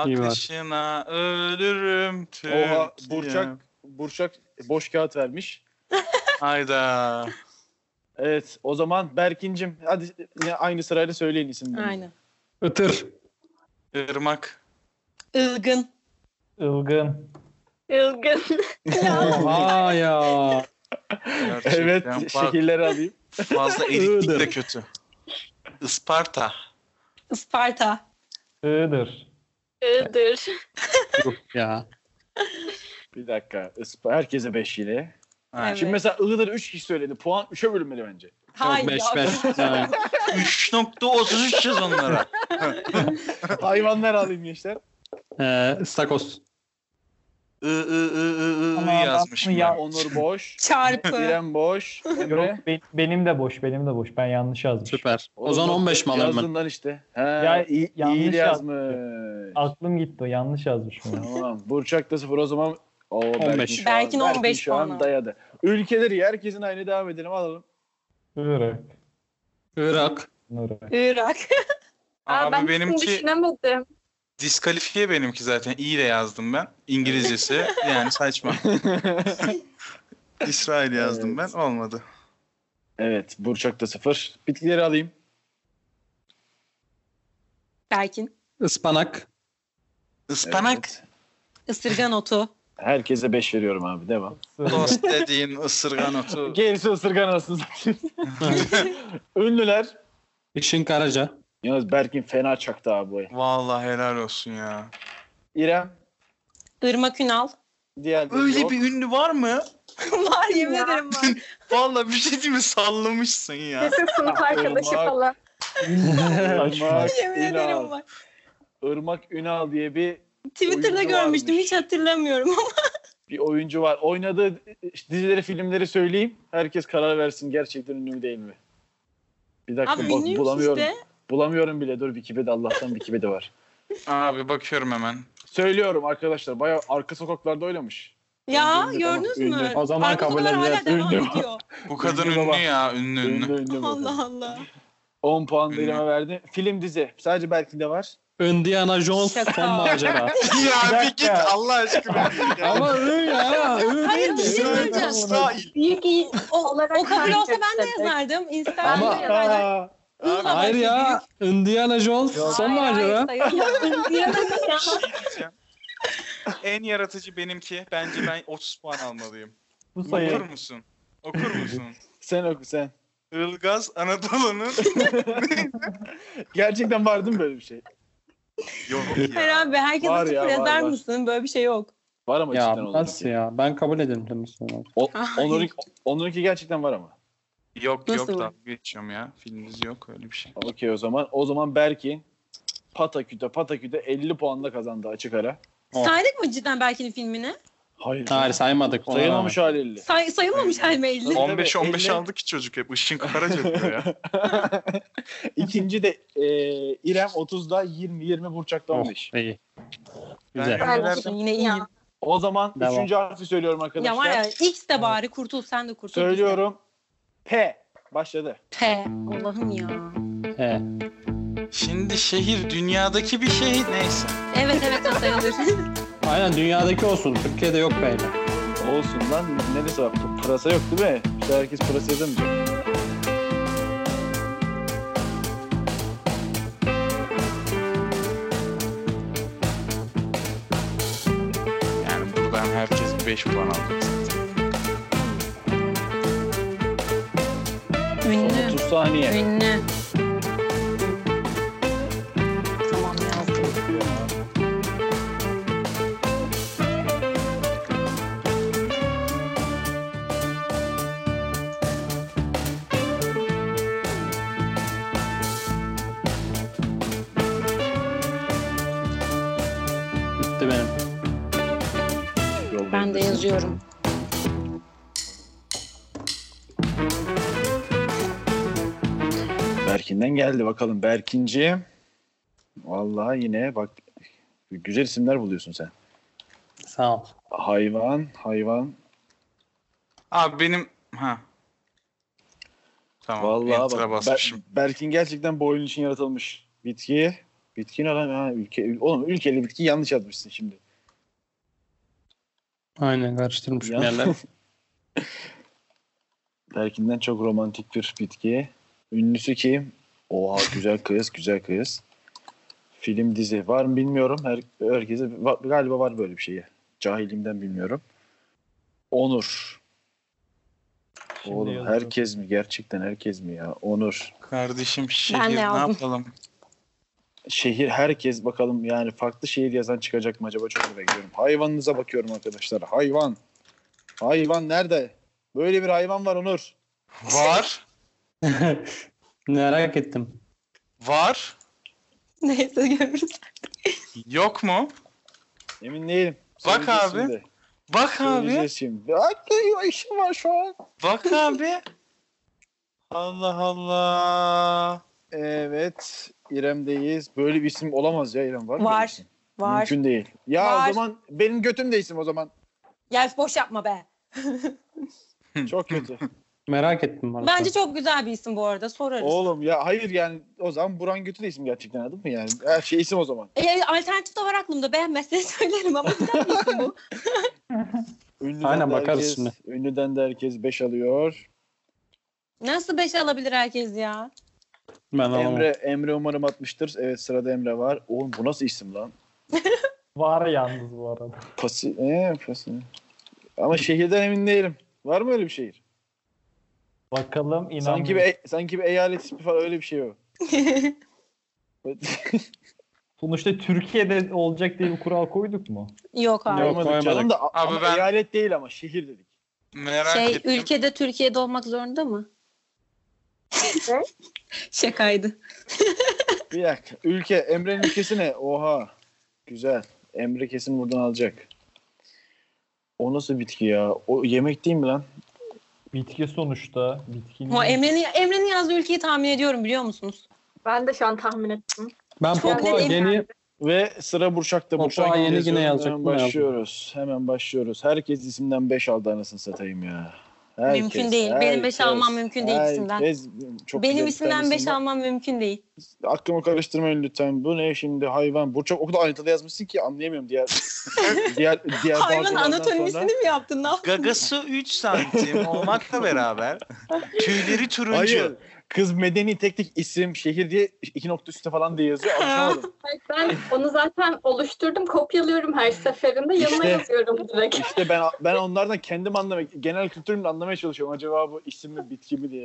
[SPEAKER 4] İyi var.
[SPEAKER 1] Akışına ölürüm Türkiye.
[SPEAKER 3] Oha, Burçak. Burçak boş kağıt vermiş.
[SPEAKER 1] Hayda.
[SPEAKER 3] Evet o zaman Berkin'cim hadi yine aynı sırayla söyleyin isimlerini.
[SPEAKER 2] Aynen.
[SPEAKER 4] Itır.
[SPEAKER 1] Irmak.
[SPEAKER 2] Ilgın.
[SPEAKER 5] Ilgın.
[SPEAKER 6] Ilgın.
[SPEAKER 4] Aa ya.
[SPEAKER 3] Evet
[SPEAKER 1] Gerçekten fa-
[SPEAKER 3] şekilleri alayım.
[SPEAKER 1] fazla eriklik de
[SPEAKER 4] Iğdır.
[SPEAKER 1] kötü. Isparta.
[SPEAKER 2] Isparta.
[SPEAKER 5] Iğdır.
[SPEAKER 6] Iğdır.
[SPEAKER 4] Yok ya.
[SPEAKER 3] Bir dakika. Ispa- Herkese 5 yine.
[SPEAKER 1] Ha,
[SPEAKER 2] Evet.
[SPEAKER 3] Şimdi mesela Iğdır 3 kişi söyledi. Puan 3'e bölünmeli bence.
[SPEAKER 2] Hayır.
[SPEAKER 4] beş,
[SPEAKER 2] ya.
[SPEAKER 4] beş. Ha.
[SPEAKER 1] 3.33 yaz onlara.
[SPEAKER 3] Hayvanlar alayım gençler.
[SPEAKER 4] Ee, istakoz.
[SPEAKER 1] I, I, I, I, I, I
[SPEAKER 5] Tamam,
[SPEAKER 1] yazmışım.
[SPEAKER 5] ya-
[SPEAKER 1] ben.
[SPEAKER 3] Onur boş.
[SPEAKER 2] Çarpı.
[SPEAKER 3] İrem boş.
[SPEAKER 5] Yok
[SPEAKER 3] Emre.
[SPEAKER 5] be- benim de boş benim de boş. Ben yanlış yazmışım.
[SPEAKER 4] Süper. O zaman
[SPEAKER 3] Oğlum,
[SPEAKER 4] 15 mi alırım ben?
[SPEAKER 3] Yazdın lan işte. He,
[SPEAKER 5] Ya,
[SPEAKER 3] iyi,
[SPEAKER 5] yanlış
[SPEAKER 3] iyi
[SPEAKER 5] yazdım.
[SPEAKER 3] yazmış.
[SPEAKER 5] Aklım gitti o yanlış yazmışım. ya.
[SPEAKER 3] Tamam. Burçak da 0 o zaman. Oo,
[SPEAKER 4] 15.
[SPEAKER 3] şu an-
[SPEAKER 2] Berkin 15
[SPEAKER 3] şu an
[SPEAKER 2] puan aldı.
[SPEAKER 3] dayadı. Ülkeleri herkesin aynı devam edelim alalım.
[SPEAKER 5] Irak.
[SPEAKER 4] Irak.
[SPEAKER 5] Irak.
[SPEAKER 2] Irak.
[SPEAKER 6] Aa,
[SPEAKER 1] Abi
[SPEAKER 6] ben benimki...
[SPEAKER 1] benimki
[SPEAKER 6] düşünemedim.
[SPEAKER 1] Diskalifiye benimki zaten. İyi de yazdım ben. İngilizcesi yani saçma. İsrail yazdım ben. Olmadı.
[SPEAKER 3] evet Burçak da sıfır. Bitkileri alayım.
[SPEAKER 2] Berkin.
[SPEAKER 4] Ispanak.
[SPEAKER 1] Ispanak
[SPEAKER 3] Evet.
[SPEAKER 2] Isırgan otu.
[SPEAKER 3] Herkese 5 veriyorum abi devam.
[SPEAKER 1] dost dediğin ısırgan otu.
[SPEAKER 3] Gerisi ısırgan arasında. Ünlüler.
[SPEAKER 4] İşin Karaca.
[SPEAKER 3] Yalnız Berkin fena çaktı abi bu. ay.
[SPEAKER 1] Vallahi helal olsun ya.
[SPEAKER 3] İrem.
[SPEAKER 2] Irmak Ünal.
[SPEAKER 3] Diğer
[SPEAKER 1] Öyle bir ünlü var mı?
[SPEAKER 2] var yemin
[SPEAKER 6] Ya.
[SPEAKER 2] ederim var.
[SPEAKER 1] Vallahi bir şey değil mi? Sallamışsın ya.
[SPEAKER 6] Lise sınıf arkadaşı
[SPEAKER 3] Irmak.
[SPEAKER 6] falan.
[SPEAKER 3] Irmak
[SPEAKER 2] yemin ederim
[SPEAKER 3] Ünal.
[SPEAKER 2] var.
[SPEAKER 3] Irmak Ünal diye bir
[SPEAKER 2] Twitter'da
[SPEAKER 3] Oyuncu
[SPEAKER 2] görmüştüm
[SPEAKER 3] varmış.
[SPEAKER 2] hiç hatırlamıyorum ama.
[SPEAKER 3] bir oyuncu var. Oynadığı dizileri, filmleri söyleyeyim. Herkes karar versin gerçekten ünlü mü değil mi? Bir dakika
[SPEAKER 2] Abi
[SPEAKER 3] bak,
[SPEAKER 2] ünlüymüş
[SPEAKER 3] bulamıyorum.
[SPEAKER 2] işte.
[SPEAKER 3] Bulamıyorum bile. Dur Wikipedia'da Allah'tan Wikipedia'da var.
[SPEAKER 1] Abi bakıyorum hemen.
[SPEAKER 3] Söylüyorum arkadaşlar. Bayağı arka sokaklarda oynamış.
[SPEAKER 2] Ya
[SPEAKER 3] Ünlü, tamam,
[SPEAKER 2] gördünüz
[SPEAKER 3] ünlü.
[SPEAKER 2] mü?
[SPEAKER 3] O
[SPEAKER 4] zaman
[SPEAKER 2] Arka
[SPEAKER 4] kabul
[SPEAKER 2] sokaklar hala
[SPEAKER 4] edilir.
[SPEAKER 2] devam
[SPEAKER 3] Ünlü.
[SPEAKER 2] ediyor.
[SPEAKER 1] Bu kadın
[SPEAKER 3] Ünlü baba.
[SPEAKER 1] ünlü ya. Ünlü ünlü.
[SPEAKER 3] Ünlü ünlü. bakalım.
[SPEAKER 2] Allah Allah.
[SPEAKER 3] 10 puan da
[SPEAKER 1] Ünlü.
[SPEAKER 3] İrem'e verdi. Film dizi. Sadece belki de var.
[SPEAKER 4] Indiana Jones
[SPEAKER 2] Şaka.
[SPEAKER 4] son macera.
[SPEAKER 1] ya
[SPEAKER 3] dakika.
[SPEAKER 1] bir git Allah aşkına.
[SPEAKER 4] Ama ı ya. ı
[SPEAKER 2] Hayır, bir
[SPEAKER 4] değil.
[SPEAKER 2] şey
[SPEAKER 4] Ü.
[SPEAKER 2] söyleyeceğim.
[SPEAKER 1] İsrail.
[SPEAKER 6] Büyük iyi
[SPEAKER 2] O,
[SPEAKER 6] olarak
[SPEAKER 2] o kabul olsa ben de
[SPEAKER 6] hareket
[SPEAKER 2] yazardım.
[SPEAKER 6] Ben de
[SPEAKER 2] Instagram'da
[SPEAKER 4] Ama-
[SPEAKER 2] yazardım.
[SPEAKER 3] Aa,
[SPEAKER 1] Abi,
[SPEAKER 4] Hayır ya. Indiana Jones
[SPEAKER 5] Yok.
[SPEAKER 4] son macera.
[SPEAKER 6] sayılır.
[SPEAKER 1] şey en yaratıcı benimki. Bence ben 30 puan almalıyım.
[SPEAKER 5] Bu
[SPEAKER 1] Okur
[SPEAKER 5] sayı
[SPEAKER 1] musun? Okur musun?
[SPEAKER 3] sen oku sen.
[SPEAKER 1] Ilgaz Anadolu'nun
[SPEAKER 3] Gerçekten vardı mı böyle bir şey?
[SPEAKER 1] yok
[SPEAKER 2] Hayır
[SPEAKER 1] ya.
[SPEAKER 2] abi herkese
[SPEAKER 3] Var
[SPEAKER 2] sıfır
[SPEAKER 3] ya, var,
[SPEAKER 2] yazar
[SPEAKER 3] var.
[SPEAKER 2] mısın? Böyle bir şey yok.
[SPEAKER 3] Var ama
[SPEAKER 4] Ya
[SPEAKER 3] içinden olur.
[SPEAKER 4] nasıl ya? Ben kabul ederim demiştim.
[SPEAKER 3] O,
[SPEAKER 6] Ah.
[SPEAKER 2] Ay.
[SPEAKER 3] onunki, onunki gerçekten var ama.
[SPEAKER 1] Yok
[SPEAKER 2] Nasıl
[SPEAKER 1] yok
[SPEAKER 2] bu?
[SPEAKER 1] da geçiyorum ya. Filmimiz yok öyle bir şey.
[SPEAKER 3] Okey o zaman. O zaman Berkin Pataküte Pataküte 50 puanla kazandı açık ara. Oh.
[SPEAKER 2] Saydık mı cidden Berkin'in filmini?
[SPEAKER 3] Hayır.
[SPEAKER 4] Hayır saymadık. Ona
[SPEAKER 3] Sayılmamış haliyle.
[SPEAKER 2] Say, sayılmamış her mailini.
[SPEAKER 3] Tabii,
[SPEAKER 1] 15 15
[SPEAKER 3] elli.
[SPEAKER 1] aldı ki çocuk hep Işın Karaca diyor ya.
[SPEAKER 3] İkinci de e, İrem 30'da 20 20 Burçak'ta
[SPEAKER 4] rağmen.
[SPEAKER 3] 15.
[SPEAKER 4] Oh, iyi.
[SPEAKER 1] Ben-
[SPEAKER 4] Güzel.
[SPEAKER 1] Ben-
[SPEAKER 2] Olsun, Yine iyi.
[SPEAKER 6] Ya.
[SPEAKER 3] O zaman
[SPEAKER 4] Devam.
[SPEAKER 3] üçüncü harfi söylüyorum arkadaşlar.
[SPEAKER 2] Ya var ya X de bari kurtul sen de kurtul.
[SPEAKER 3] Söylüyorum. P. Başladı.
[SPEAKER 2] P. Allah'ım ya.
[SPEAKER 4] He.
[SPEAKER 1] Şimdi şehir dünyadaki bir şehir neyse.
[SPEAKER 2] Evet evet o sayılır.
[SPEAKER 4] Aynen dünyadaki olsun. Türkiye'de yok beyler.
[SPEAKER 3] Olsun lan. Neresi var? Pırasa yok değil mi? İşte herkes pırasa yazamıyor.
[SPEAKER 1] Yani buradan herkes 5 puan aldı.
[SPEAKER 3] Son
[SPEAKER 2] Ünlü.
[SPEAKER 3] 30 saniye.
[SPEAKER 2] Ünlü. Tamam yazdım.
[SPEAKER 4] Bitti benim.
[SPEAKER 2] Ben de yazıyorum.
[SPEAKER 3] Berkin'den geldi bakalım. Berkinciğim. Vallahi yine bak güzel isimler buluyorsun sen.
[SPEAKER 4] Sağ ol.
[SPEAKER 3] Hayvan, hayvan.
[SPEAKER 1] Abi benim ha. Tamam.
[SPEAKER 3] Vallahi
[SPEAKER 1] enter'a
[SPEAKER 3] bak,
[SPEAKER 1] basmışım.
[SPEAKER 3] Ber- Berkin gerçekten bu oyun için yaratılmış. Bitki. Bitki ne lan? Ha, ülke, oğlum ülkeli bitki yanlış yazmışsın şimdi.
[SPEAKER 4] Aynen karıştırmışım
[SPEAKER 3] Ya.
[SPEAKER 4] yerleri.
[SPEAKER 3] Berkin'den çok romantik bir bitki. Ünlüsü kim? Oha güzel kız, güzel kız. Film, dizi var mı bilmiyorum. Her, herkese va- galiba var böyle bir şey. Cahilimden bilmiyorum. Onur.
[SPEAKER 5] Şimdi
[SPEAKER 3] Oğlum
[SPEAKER 5] yazıyorum.
[SPEAKER 3] herkes mi? Gerçekten herkes mi ya? Onur.
[SPEAKER 1] Kardeşim şehir
[SPEAKER 2] de
[SPEAKER 1] ne
[SPEAKER 2] aldım.
[SPEAKER 1] yapalım?
[SPEAKER 3] Şehir herkes bakalım yani farklı şehir yazan çıkacak mı acaba çok merak ediyorum. Hayvanınıza bakıyorum arkadaşlar. Hayvan. Hayvan nerede? Böyle bir hayvan var Onur.
[SPEAKER 1] Var.
[SPEAKER 4] Merak ettim.
[SPEAKER 1] Var.
[SPEAKER 2] Neyse görürüz.
[SPEAKER 1] Yok mu?
[SPEAKER 3] Emin değilim.
[SPEAKER 1] Bak abi.
[SPEAKER 3] Söyleyeceğiz şimdi.
[SPEAKER 1] Bak abi.
[SPEAKER 3] Söyleyeceğiz şimdi. Ay, işim var şu an.
[SPEAKER 1] Bak abi. Allah Allah.
[SPEAKER 3] Evet. İrem'deyiz. Böyle bir isim olamaz ya İrem var mı?
[SPEAKER 2] Var,
[SPEAKER 3] böyle bir isim?
[SPEAKER 2] Var.
[SPEAKER 3] Mümkün değil. Ya
[SPEAKER 2] Var.
[SPEAKER 3] o zaman benim götüm de isim o zaman.
[SPEAKER 2] Ya boş yapma be.
[SPEAKER 3] Çok kötü.
[SPEAKER 4] Merak ettim. Bana
[SPEAKER 2] Bence çok güzel bir isim bu arada. Sorarız.
[SPEAKER 3] Oğlum ya hayır yani o zaman Buran Götü de isim gerçekten anladın mı yani? Her şey isim o zaman.
[SPEAKER 2] E, alternatif de var aklımda. Beğenmezseniz söylerim ama güzel bir isim bu.
[SPEAKER 3] Ünlüden
[SPEAKER 4] Aynen,
[SPEAKER 3] de
[SPEAKER 4] bakarız
[SPEAKER 3] herkes-
[SPEAKER 4] şimdi.
[SPEAKER 3] Ünlüden de herkes 5 alıyor.
[SPEAKER 2] Nasıl beş alabilir herkes ya?
[SPEAKER 4] Ben alamam.
[SPEAKER 3] Emre Emre umarım atmıştır. Evet sırada Emre var. Oğlum bu nasıl isim lan?
[SPEAKER 5] Var yalnız bu arada.
[SPEAKER 3] Pasi, ee, pasi. Ama şehirden emin değilim. Var mı öyle bir şehir?
[SPEAKER 5] Bakalım inanmıyorum.
[SPEAKER 3] Sanki bir e- sanki bir eyalet ismi falan öyle bir şey o.
[SPEAKER 5] Sonuçta Türkiye'de olacak diye bir kural koyduk mu?
[SPEAKER 2] Yok abi.
[SPEAKER 4] Yok.
[SPEAKER 3] Koymadık canım
[SPEAKER 4] koymadık.
[SPEAKER 3] da a-
[SPEAKER 1] Abi
[SPEAKER 3] ama
[SPEAKER 1] ben-
[SPEAKER 3] eyalet değil ama şehir dedik.
[SPEAKER 1] Merak
[SPEAKER 2] Şey
[SPEAKER 1] ettim.
[SPEAKER 2] ülkede Türkiye'de olmak zorunda mı?
[SPEAKER 6] Ne?
[SPEAKER 2] Şakaydı.
[SPEAKER 3] Bir dakika. Ülke. Emre'nin ülkesi ne? Oha. Güzel. Emre kesin buradan alacak. O nasıl bitki ya? O yemek değil mi lan?
[SPEAKER 5] Bitki sonuçta. Bitkinin...
[SPEAKER 2] Ama Emre'nin Emre'nin yazdığı ülkeyi tahmin ediyorum biliyor musunuz?
[SPEAKER 6] Ben de şu an tahmin ettim.
[SPEAKER 4] Ben
[SPEAKER 2] Çok
[SPEAKER 4] Papua
[SPEAKER 2] net-
[SPEAKER 4] Yeni
[SPEAKER 3] Ve sıra Burçak'ta.
[SPEAKER 4] Papua
[SPEAKER 3] Burçak
[SPEAKER 4] Yeni
[SPEAKER 3] yazıyorum.
[SPEAKER 4] Gine yazacak,
[SPEAKER 3] Hemen
[SPEAKER 4] bunu yazdım.
[SPEAKER 3] başlıyoruz. Hemen başlıyoruz. Herkes isimden 5 aldı anasını satayım ya.
[SPEAKER 2] Mümkün değil. Benim beş almam mümkün değil isimden.
[SPEAKER 3] çok
[SPEAKER 2] Benim
[SPEAKER 3] güzel bir
[SPEAKER 2] isimden
[SPEAKER 3] tane
[SPEAKER 2] 5
[SPEAKER 3] isim var.
[SPEAKER 2] almam mümkün değil.
[SPEAKER 3] Aklımı karıştırmayın lütfen. Bu ne şimdi hayvan? Burçak o kadar anlatıda yazmışsın ki anlayamıyorum diğer diğer diğer
[SPEAKER 2] Hayvan
[SPEAKER 3] bazılarından sonra.
[SPEAKER 2] anatomisini mi yaptın? Ne yaptın?
[SPEAKER 1] Gagası 3 santim olmakla beraber tüyleri turuncu.
[SPEAKER 3] Hayır. Kız medeni teknik isim şehir diye iki nokta üstte falan diye yazıyor. Alışamadım.
[SPEAKER 6] Hayır, Ben onu zaten oluşturdum. Kopyalıyorum her seferinde. Yanına
[SPEAKER 3] İşte.
[SPEAKER 6] yazıyorum direkt.
[SPEAKER 3] işte ben ben onlardan kendim anlamaya, genel kültürümle anlamaya çalışıyorum. Acaba bu isim mi bitki mi diye.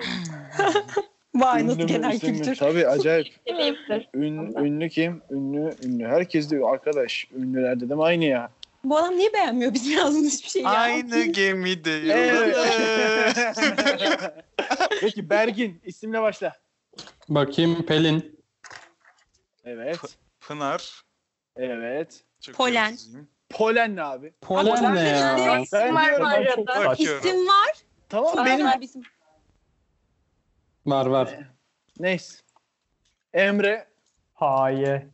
[SPEAKER 2] Vay
[SPEAKER 3] Ünlü
[SPEAKER 2] nasıl
[SPEAKER 3] mü,
[SPEAKER 2] genel
[SPEAKER 3] isim mi?
[SPEAKER 2] kültür.
[SPEAKER 3] Tabii acayip.
[SPEAKER 6] Deneyimdir.
[SPEAKER 3] Ün, ünlü kim? Ünlü, ünlü. Herkes diyor arkadaş. Ünlüler dedim aynı ya.
[SPEAKER 2] Bu adam niye beğenmiyor bizim yazdığımız bir şeyi ya?
[SPEAKER 1] Aynı gemide yol alır.
[SPEAKER 3] Evet. Peki Bergin isimle başla.
[SPEAKER 4] Bakayım Pelin.
[SPEAKER 3] Evet.
[SPEAKER 1] Pınar.
[SPEAKER 3] Evet.
[SPEAKER 1] Çok
[SPEAKER 2] Polen.
[SPEAKER 1] yalnızım.
[SPEAKER 3] Polen ne abi?
[SPEAKER 4] Polen ne ya?
[SPEAKER 6] Direkt isim var bu
[SPEAKER 3] diyorum, ben çok-
[SPEAKER 6] arada.
[SPEAKER 1] Bakıyorum.
[SPEAKER 2] İsim var.
[SPEAKER 3] Tamam
[SPEAKER 2] Var
[SPEAKER 3] benim.
[SPEAKER 2] var bizim.
[SPEAKER 4] Var var.
[SPEAKER 3] Neyse. Emre.
[SPEAKER 5] Paye.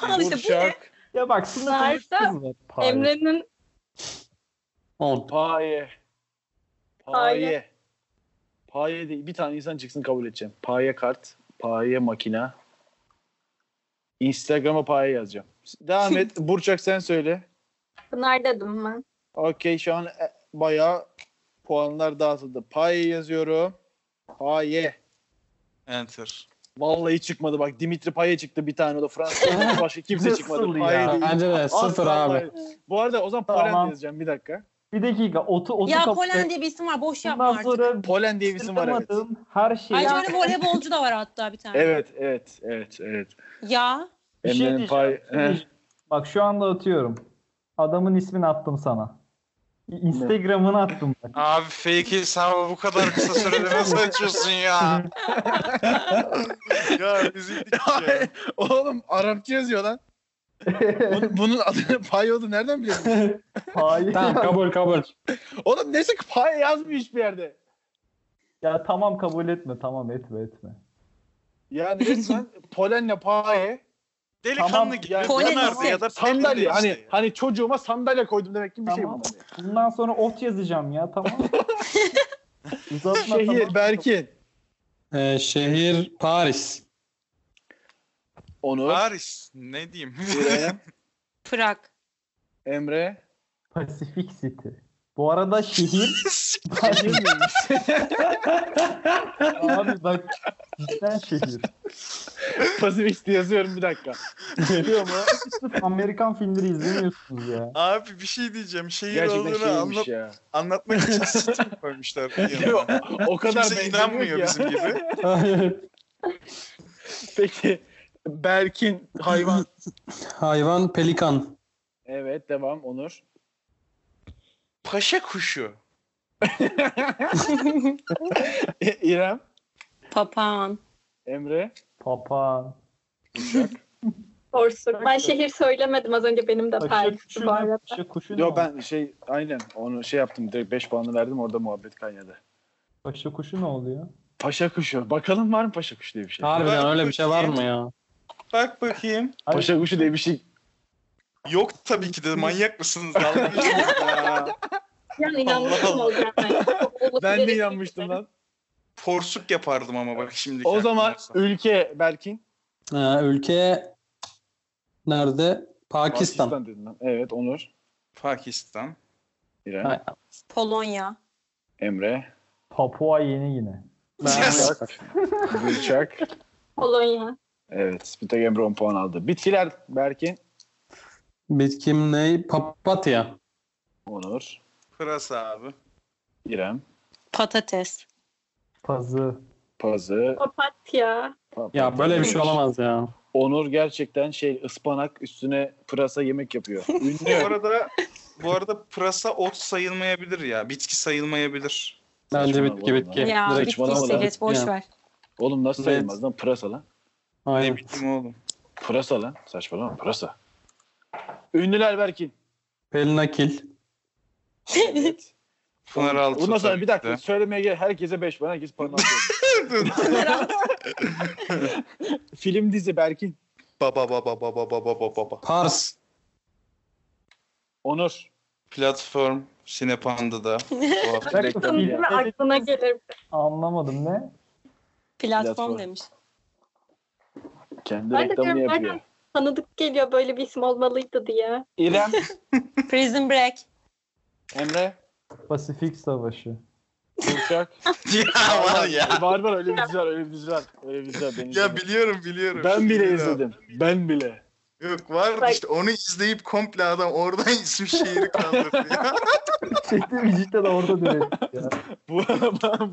[SPEAKER 2] Al işte bu ne?
[SPEAKER 3] Burçak.
[SPEAKER 5] Ya bak sınıfta
[SPEAKER 6] Nerede?
[SPEAKER 5] bir kız var. Paye.
[SPEAKER 6] Emre'nin
[SPEAKER 2] e-
[SPEAKER 4] 10.
[SPEAKER 3] Paye.
[SPEAKER 6] Paye.
[SPEAKER 3] Paye. Paye değil. Bir tane insan çıksın kabul edeceğim. Paye kart. Paye makina. Instagram'a paye yazacağım. Devam et. Burçak sen söyle.
[SPEAKER 6] Pınar dedim ben.
[SPEAKER 3] Okey şu an e, bayağı puanlar dağıtıldı. Paye yazıyorum. Paye.
[SPEAKER 1] Enter.
[SPEAKER 3] Vallahi çıkmadı bak. Dimitri Paye çıktı bir tane o da Fransız. Başka kimse
[SPEAKER 5] Nasıl
[SPEAKER 3] çıkmadı.
[SPEAKER 5] ya?
[SPEAKER 3] Paye değil.
[SPEAKER 4] Bence de
[SPEAKER 3] Asla
[SPEAKER 4] sıfır abi.
[SPEAKER 3] Paye. Bu arada o zaman Polen
[SPEAKER 5] Tamam.
[SPEAKER 3] yazacağım bir dakika.
[SPEAKER 5] Bir dakika. Otu, otu
[SPEAKER 2] Ya
[SPEAKER 5] kapı-
[SPEAKER 2] Polen diye bir isim var. Boş yapma
[SPEAKER 5] Ondan
[SPEAKER 2] artık.
[SPEAKER 5] sonra
[SPEAKER 3] Polen diye bir isim var evet.
[SPEAKER 5] Sırtlamadığım her şeyi...
[SPEAKER 2] Ayrıca öyle voleybolcu da var hatta bir tane.
[SPEAKER 3] şey- Evet evet evet evet.
[SPEAKER 2] Ya.
[SPEAKER 5] Bir şey
[SPEAKER 3] Emre'nin
[SPEAKER 5] diyeceğim,
[SPEAKER 3] pay-
[SPEAKER 5] bir şey diyeceğim. Bak şu anda atıyorum. Adamın ismini attım sana. Instagram'ını attım. Bak.
[SPEAKER 1] Abi fake hesabı bu kadar kısa sürede nasıl açıyorsun ya? ya üzüldük ya.
[SPEAKER 3] Oğlum Arapça yazıyor lan. Bunun, bunun adını pay oldu nereden biliyorsun?
[SPEAKER 5] Hayır.
[SPEAKER 4] Tamam kabul kabul.
[SPEAKER 3] Oğlum neyse pay yazmıyor hiçbir yerde.
[SPEAKER 5] Ya tamam kabul etme. Tamam etme etme.
[SPEAKER 3] Yani resmen Polen'le paye.
[SPEAKER 1] Delikanlı
[SPEAKER 5] Tamam,
[SPEAKER 1] gibi.
[SPEAKER 3] yani-
[SPEAKER 1] Pınar
[SPEAKER 2] Polen
[SPEAKER 1] ya da
[SPEAKER 3] Sandalye.
[SPEAKER 1] Pelin de
[SPEAKER 3] Hani
[SPEAKER 1] işte.
[SPEAKER 3] hani çocuğuma sandalye koydum demek ki bir şey
[SPEAKER 5] Tamam.
[SPEAKER 3] bu.
[SPEAKER 5] Bundan sonra ot yazacağım ya tamam. Uzatma
[SPEAKER 3] Şehir Berkin.
[SPEAKER 4] Ee, şehir Paris.
[SPEAKER 3] Onu
[SPEAKER 1] Paris ne diyeyim?
[SPEAKER 3] İrem,
[SPEAKER 2] Prag.
[SPEAKER 3] Emre.
[SPEAKER 5] Pacific City. Bu arada şehir abi bak cidden şehir.
[SPEAKER 3] Pasifist yazıyorum bir dakika.
[SPEAKER 5] Geliyor mu? Sırf Amerikan filmleri izlemiyorsunuz ya.
[SPEAKER 1] Abi bir şey diyeceğim. Şehir
[SPEAKER 3] Gerçekten
[SPEAKER 1] olduğunu anlat
[SPEAKER 3] şeymiş ya.
[SPEAKER 1] anlatmak için sistem koymuşlar. yanına.
[SPEAKER 3] o kadar
[SPEAKER 1] Kimse
[SPEAKER 3] benzemiyor ki
[SPEAKER 1] inanmıyor
[SPEAKER 3] ya.
[SPEAKER 1] bizim gibi.
[SPEAKER 3] Peki Berkin hayvan.
[SPEAKER 4] Hayvan pelikan.
[SPEAKER 3] evet devam Onur.
[SPEAKER 1] Paşa kuşu.
[SPEAKER 3] İrem,
[SPEAKER 2] Papağan.
[SPEAKER 3] Emre.
[SPEAKER 5] Papağan.
[SPEAKER 6] Orsun. Ben şehir söylemedim az önce benim de
[SPEAKER 5] Paşa
[SPEAKER 6] Paris
[SPEAKER 5] kuşu,
[SPEAKER 6] bu arada.
[SPEAKER 5] ne? Paşa kuşu ne?
[SPEAKER 3] Yo ben şey aynen onu şey yaptım direkt 5 puanı verdim orada muhabbet kaynadı.
[SPEAKER 5] Paşa kuşu ne oluyor?
[SPEAKER 3] Paşa kuşu. Bakalım var mı paşa kuşu diye bir şey.
[SPEAKER 4] Harbiden öyle bir şey var mı ya?
[SPEAKER 1] Bak bakayım.
[SPEAKER 3] Paşa kuşu diye bir şey.
[SPEAKER 1] Yok tabii ki de manyak mısınız? Dalga geçiyorsunuz ya.
[SPEAKER 6] Ya inanmıştım
[SPEAKER 1] Allah.
[SPEAKER 6] olacağım.
[SPEAKER 3] Ben de inanmıştım lan.
[SPEAKER 1] Porsuk yapardım ama bak şimdi.
[SPEAKER 3] O zaman ülke Berkin.
[SPEAKER 4] Ha, ülke nerede? Pakistan.
[SPEAKER 3] dedin lan. Evet Onur.
[SPEAKER 1] Pakistan.
[SPEAKER 3] İrem.
[SPEAKER 4] Hayır.
[SPEAKER 2] Polonya.
[SPEAKER 3] Emre.
[SPEAKER 5] Papua Yeni Gine.
[SPEAKER 1] Yes.
[SPEAKER 3] Gülçak.
[SPEAKER 6] Polonya.
[SPEAKER 3] Evet. Bir tek Emre 10 puan aldı. Bitkiler Berkin.
[SPEAKER 4] Bitkim ne? Papatya.
[SPEAKER 3] Onur.
[SPEAKER 1] Pırasa abi.
[SPEAKER 3] İrem.
[SPEAKER 2] Patates.
[SPEAKER 5] Pazı.
[SPEAKER 3] Pazı.
[SPEAKER 6] Papatya.
[SPEAKER 3] Pa-
[SPEAKER 4] Ya böyle bir şey
[SPEAKER 3] Onur.
[SPEAKER 4] olamaz ya.
[SPEAKER 3] Onur gerçekten şey ıspanak üstüne pırasa yemek yapıyor.
[SPEAKER 1] Bu
[SPEAKER 3] Ünlü.
[SPEAKER 1] arada bu arada pırasa ot sayılmayabilir ya. Bitki sayılmayabilir.
[SPEAKER 4] Bence
[SPEAKER 3] Saçmalama
[SPEAKER 4] bitki
[SPEAKER 3] lan.
[SPEAKER 4] bitki.
[SPEAKER 2] Ya
[SPEAKER 3] Direkt
[SPEAKER 2] bitti
[SPEAKER 3] saçmalama
[SPEAKER 2] işte
[SPEAKER 3] lan.
[SPEAKER 2] geç boş
[SPEAKER 4] Ya.
[SPEAKER 2] ver.
[SPEAKER 3] Oğlum nasıl
[SPEAKER 4] Evet.
[SPEAKER 3] sayılmaz lan pırasa lan.
[SPEAKER 1] Ne
[SPEAKER 4] Aynen.
[SPEAKER 1] bileyim oğlum.
[SPEAKER 3] Pırasa lan. Saçmalama pırasa. Ünlüler Berkin.
[SPEAKER 4] Pelinakil.
[SPEAKER 3] Evet.
[SPEAKER 1] Pınar Altun.
[SPEAKER 3] Bundan sonra
[SPEAKER 1] tabii
[SPEAKER 3] bir
[SPEAKER 1] ki
[SPEAKER 3] dakika
[SPEAKER 1] de.
[SPEAKER 3] söylemeye gel. Herkese 5 puan. Herkes puan alıyor. Film dizi Berkin.
[SPEAKER 1] baba baba baba baba baba baba.
[SPEAKER 4] Pars.
[SPEAKER 3] Onur.
[SPEAKER 1] Platform Sinepanda'da. Bu hafta
[SPEAKER 5] Bırak-
[SPEAKER 3] reklam ya.
[SPEAKER 6] Filmi aklına gelir.
[SPEAKER 5] Anlamadım ne?
[SPEAKER 2] Platform
[SPEAKER 3] Platform.
[SPEAKER 2] demiş.
[SPEAKER 3] Kendi
[SPEAKER 6] Ben de
[SPEAKER 3] reklamını
[SPEAKER 6] diyorum,
[SPEAKER 3] yapıyor.
[SPEAKER 6] nereden Tanıdık geliyor böyle bir isim olmalıydı diye.
[SPEAKER 3] İrem.
[SPEAKER 2] Prison Break.
[SPEAKER 3] Emre.
[SPEAKER 5] Pasifik Savaşı.
[SPEAKER 3] Burçak.
[SPEAKER 1] ya var ya.
[SPEAKER 3] Var var öyle bir dizi var. Öyle bir dizi var. Öyle bir dizi var. Benim
[SPEAKER 1] Ya biliyorum biliyorum.
[SPEAKER 3] ben bile
[SPEAKER 1] Biliyorum.
[SPEAKER 3] izledim. Ben bile.
[SPEAKER 1] Yok vardı işte onu izleyip komple adam oradan isim şehri kaldırdı ya.
[SPEAKER 5] Çektiğim cidden orada direkt ya.
[SPEAKER 3] Bu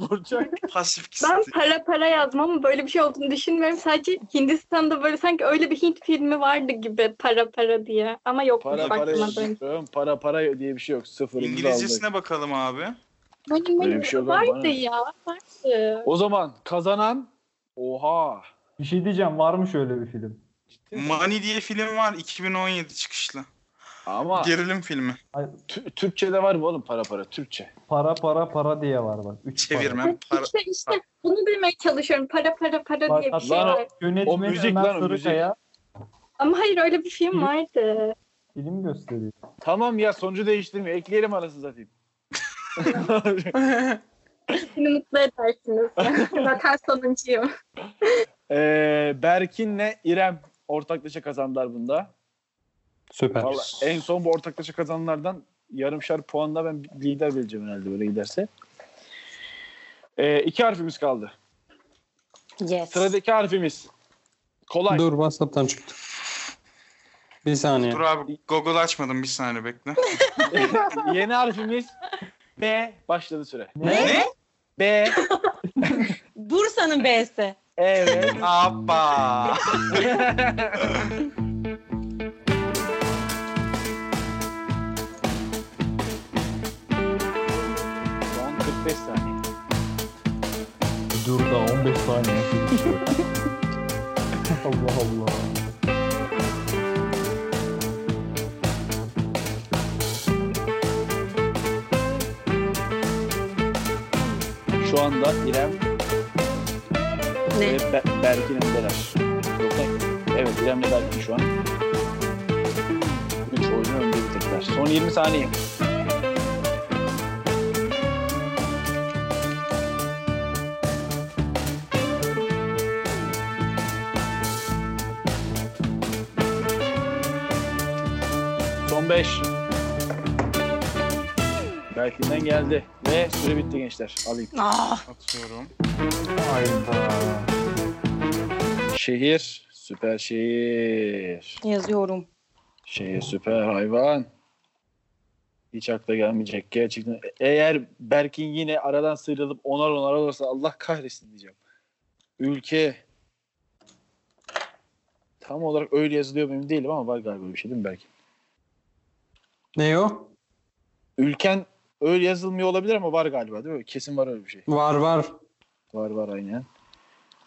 [SPEAKER 3] Burçak.
[SPEAKER 1] Pasif
[SPEAKER 6] Ben
[SPEAKER 1] kisti.
[SPEAKER 6] para para yazmam ama böyle bir şey olduğunu düşünmüyorum. Sadece Hindistan'da böyle sanki öyle bir Hint filmi vardı gibi para para diye. Ama yok
[SPEAKER 3] Para para
[SPEAKER 6] bakmadım.
[SPEAKER 3] yazıyorum. Para para diye bir şey yok. Sıfır. İngilizce
[SPEAKER 1] İngilizcesine bakalım abi.
[SPEAKER 6] Benim,
[SPEAKER 3] Böyle
[SPEAKER 6] benim
[SPEAKER 3] bir şey yok ama bana
[SPEAKER 6] vardı
[SPEAKER 3] ne?
[SPEAKER 6] ya. Vardı.
[SPEAKER 3] O zaman kazanan oha.
[SPEAKER 5] Bir şey diyeceğim var mı şöyle bir film?
[SPEAKER 1] Mani diye film var 2017 çıkışlı.
[SPEAKER 3] Ama
[SPEAKER 1] Gerilim filmi.
[SPEAKER 3] Tü- Türkçe'de var mı oğlum para para Türkçe?
[SPEAKER 5] Para para para diye var bak. Üç para.
[SPEAKER 1] Çevirmen. Para.
[SPEAKER 6] İşte işte bunu demeye çalışıyorum. Para para para
[SPEAKER 5] Bak,
[SPEAKER 6] diye bir şey
[SPEAKER 3] lan o-
[SPEAKER 6] var.
[SPEAKER 5] Yönetmen
[SPEAKER 3] O müzik
[SPEAKER 5] Ömer
[SPEAKER 3] lan, o müzik.
[SPEAKER 5] Sarıkaya
[SPEAKER 6] Ama hayır öyle bir film
[SPEAKER 5] Hı.
[SPEAKER 6] vardı.
[SPEAKER 5] film gösteriyor.
[SPEAKER 3] Tamam ya sonucu değiştirme. Ekleyelim arasını satayım.
[SPEAKER 6] Beni mutlu edersiniz. Zaten sonuncuyum.
[SPEAKER 3] ee, Berkin'le İrem ortaklaşa kazandılar bunda.
[SPEAKER 4] Süper.
[SPEAKER 3] Vallahi en son bu ortaklaşa kazananlardan yarımşar puanla ben lider vereceğim herhalde böyle giderse. Ee, iki harfimiz kaldı.
[SPEAKER 2] Yes.
[SPEAKER 3] Sıradaki harfimiz. Kolay.
[SPEAKER 4] Dur WhatsApp'tan çıktı. Bir saniye.
[SPEAKER 1] Dur abi Google açmadım bir saniye bekle.
[SPEAKER 3] Yeni harfimiz B. Başladı süre.
[SPEAKER 5] Ne?
[SPEAKER 3] B. E
[SPEAKER 2] Bursa'nın B'si.
[SPEAKER 3] Evet.
[SPEAKER 1] Apa.
[SPEAKER 3] Son 45 saniye.
[SPEAKER 5] Dur da 15 saniye. Allah Allah.
[SPEAKER 3] Şu anda İrem
[SPEAKER 2] Ne?
[SPEAKER 3] ve Be- Berkin öndeler. Yoksa- Evet İrem'le Berkin şu an. 3 oyunu önde bitirdiler. Son 20 saniye. Son 5. Berkin'den geldi. Ve süre bitti gençler. Alayım.
[SPEAKER 2] Ah,
[SPEAKER 1] Atıyorum.
[SPEAKER 5] Hayda.
[SPEAKER 3] Şehir, süper şehir.
[SPEAKER 2] yazıyorum.
[SPEAKER 3] Şehir süper hayvan. Hiç akla gelmeyecek gerçekten. Eğer Berkin yine aradan sıyrılıp onar onar olursa Allah kahretsin diyeceğim. Ülke. Tam olarak öyle yazılıyor mu emin değilim ama var galiba öyle bir şey değil mi Berkin?
[SPEAKER 4] Ne o?
[SPEAKER 3] Ülken öyle yazılmıyor olabilir ama var galiba değil mi? Kesin var öyle bir şey.
[SPEAKER 4] Var var.
[SPEAKER 3] Var var aynen.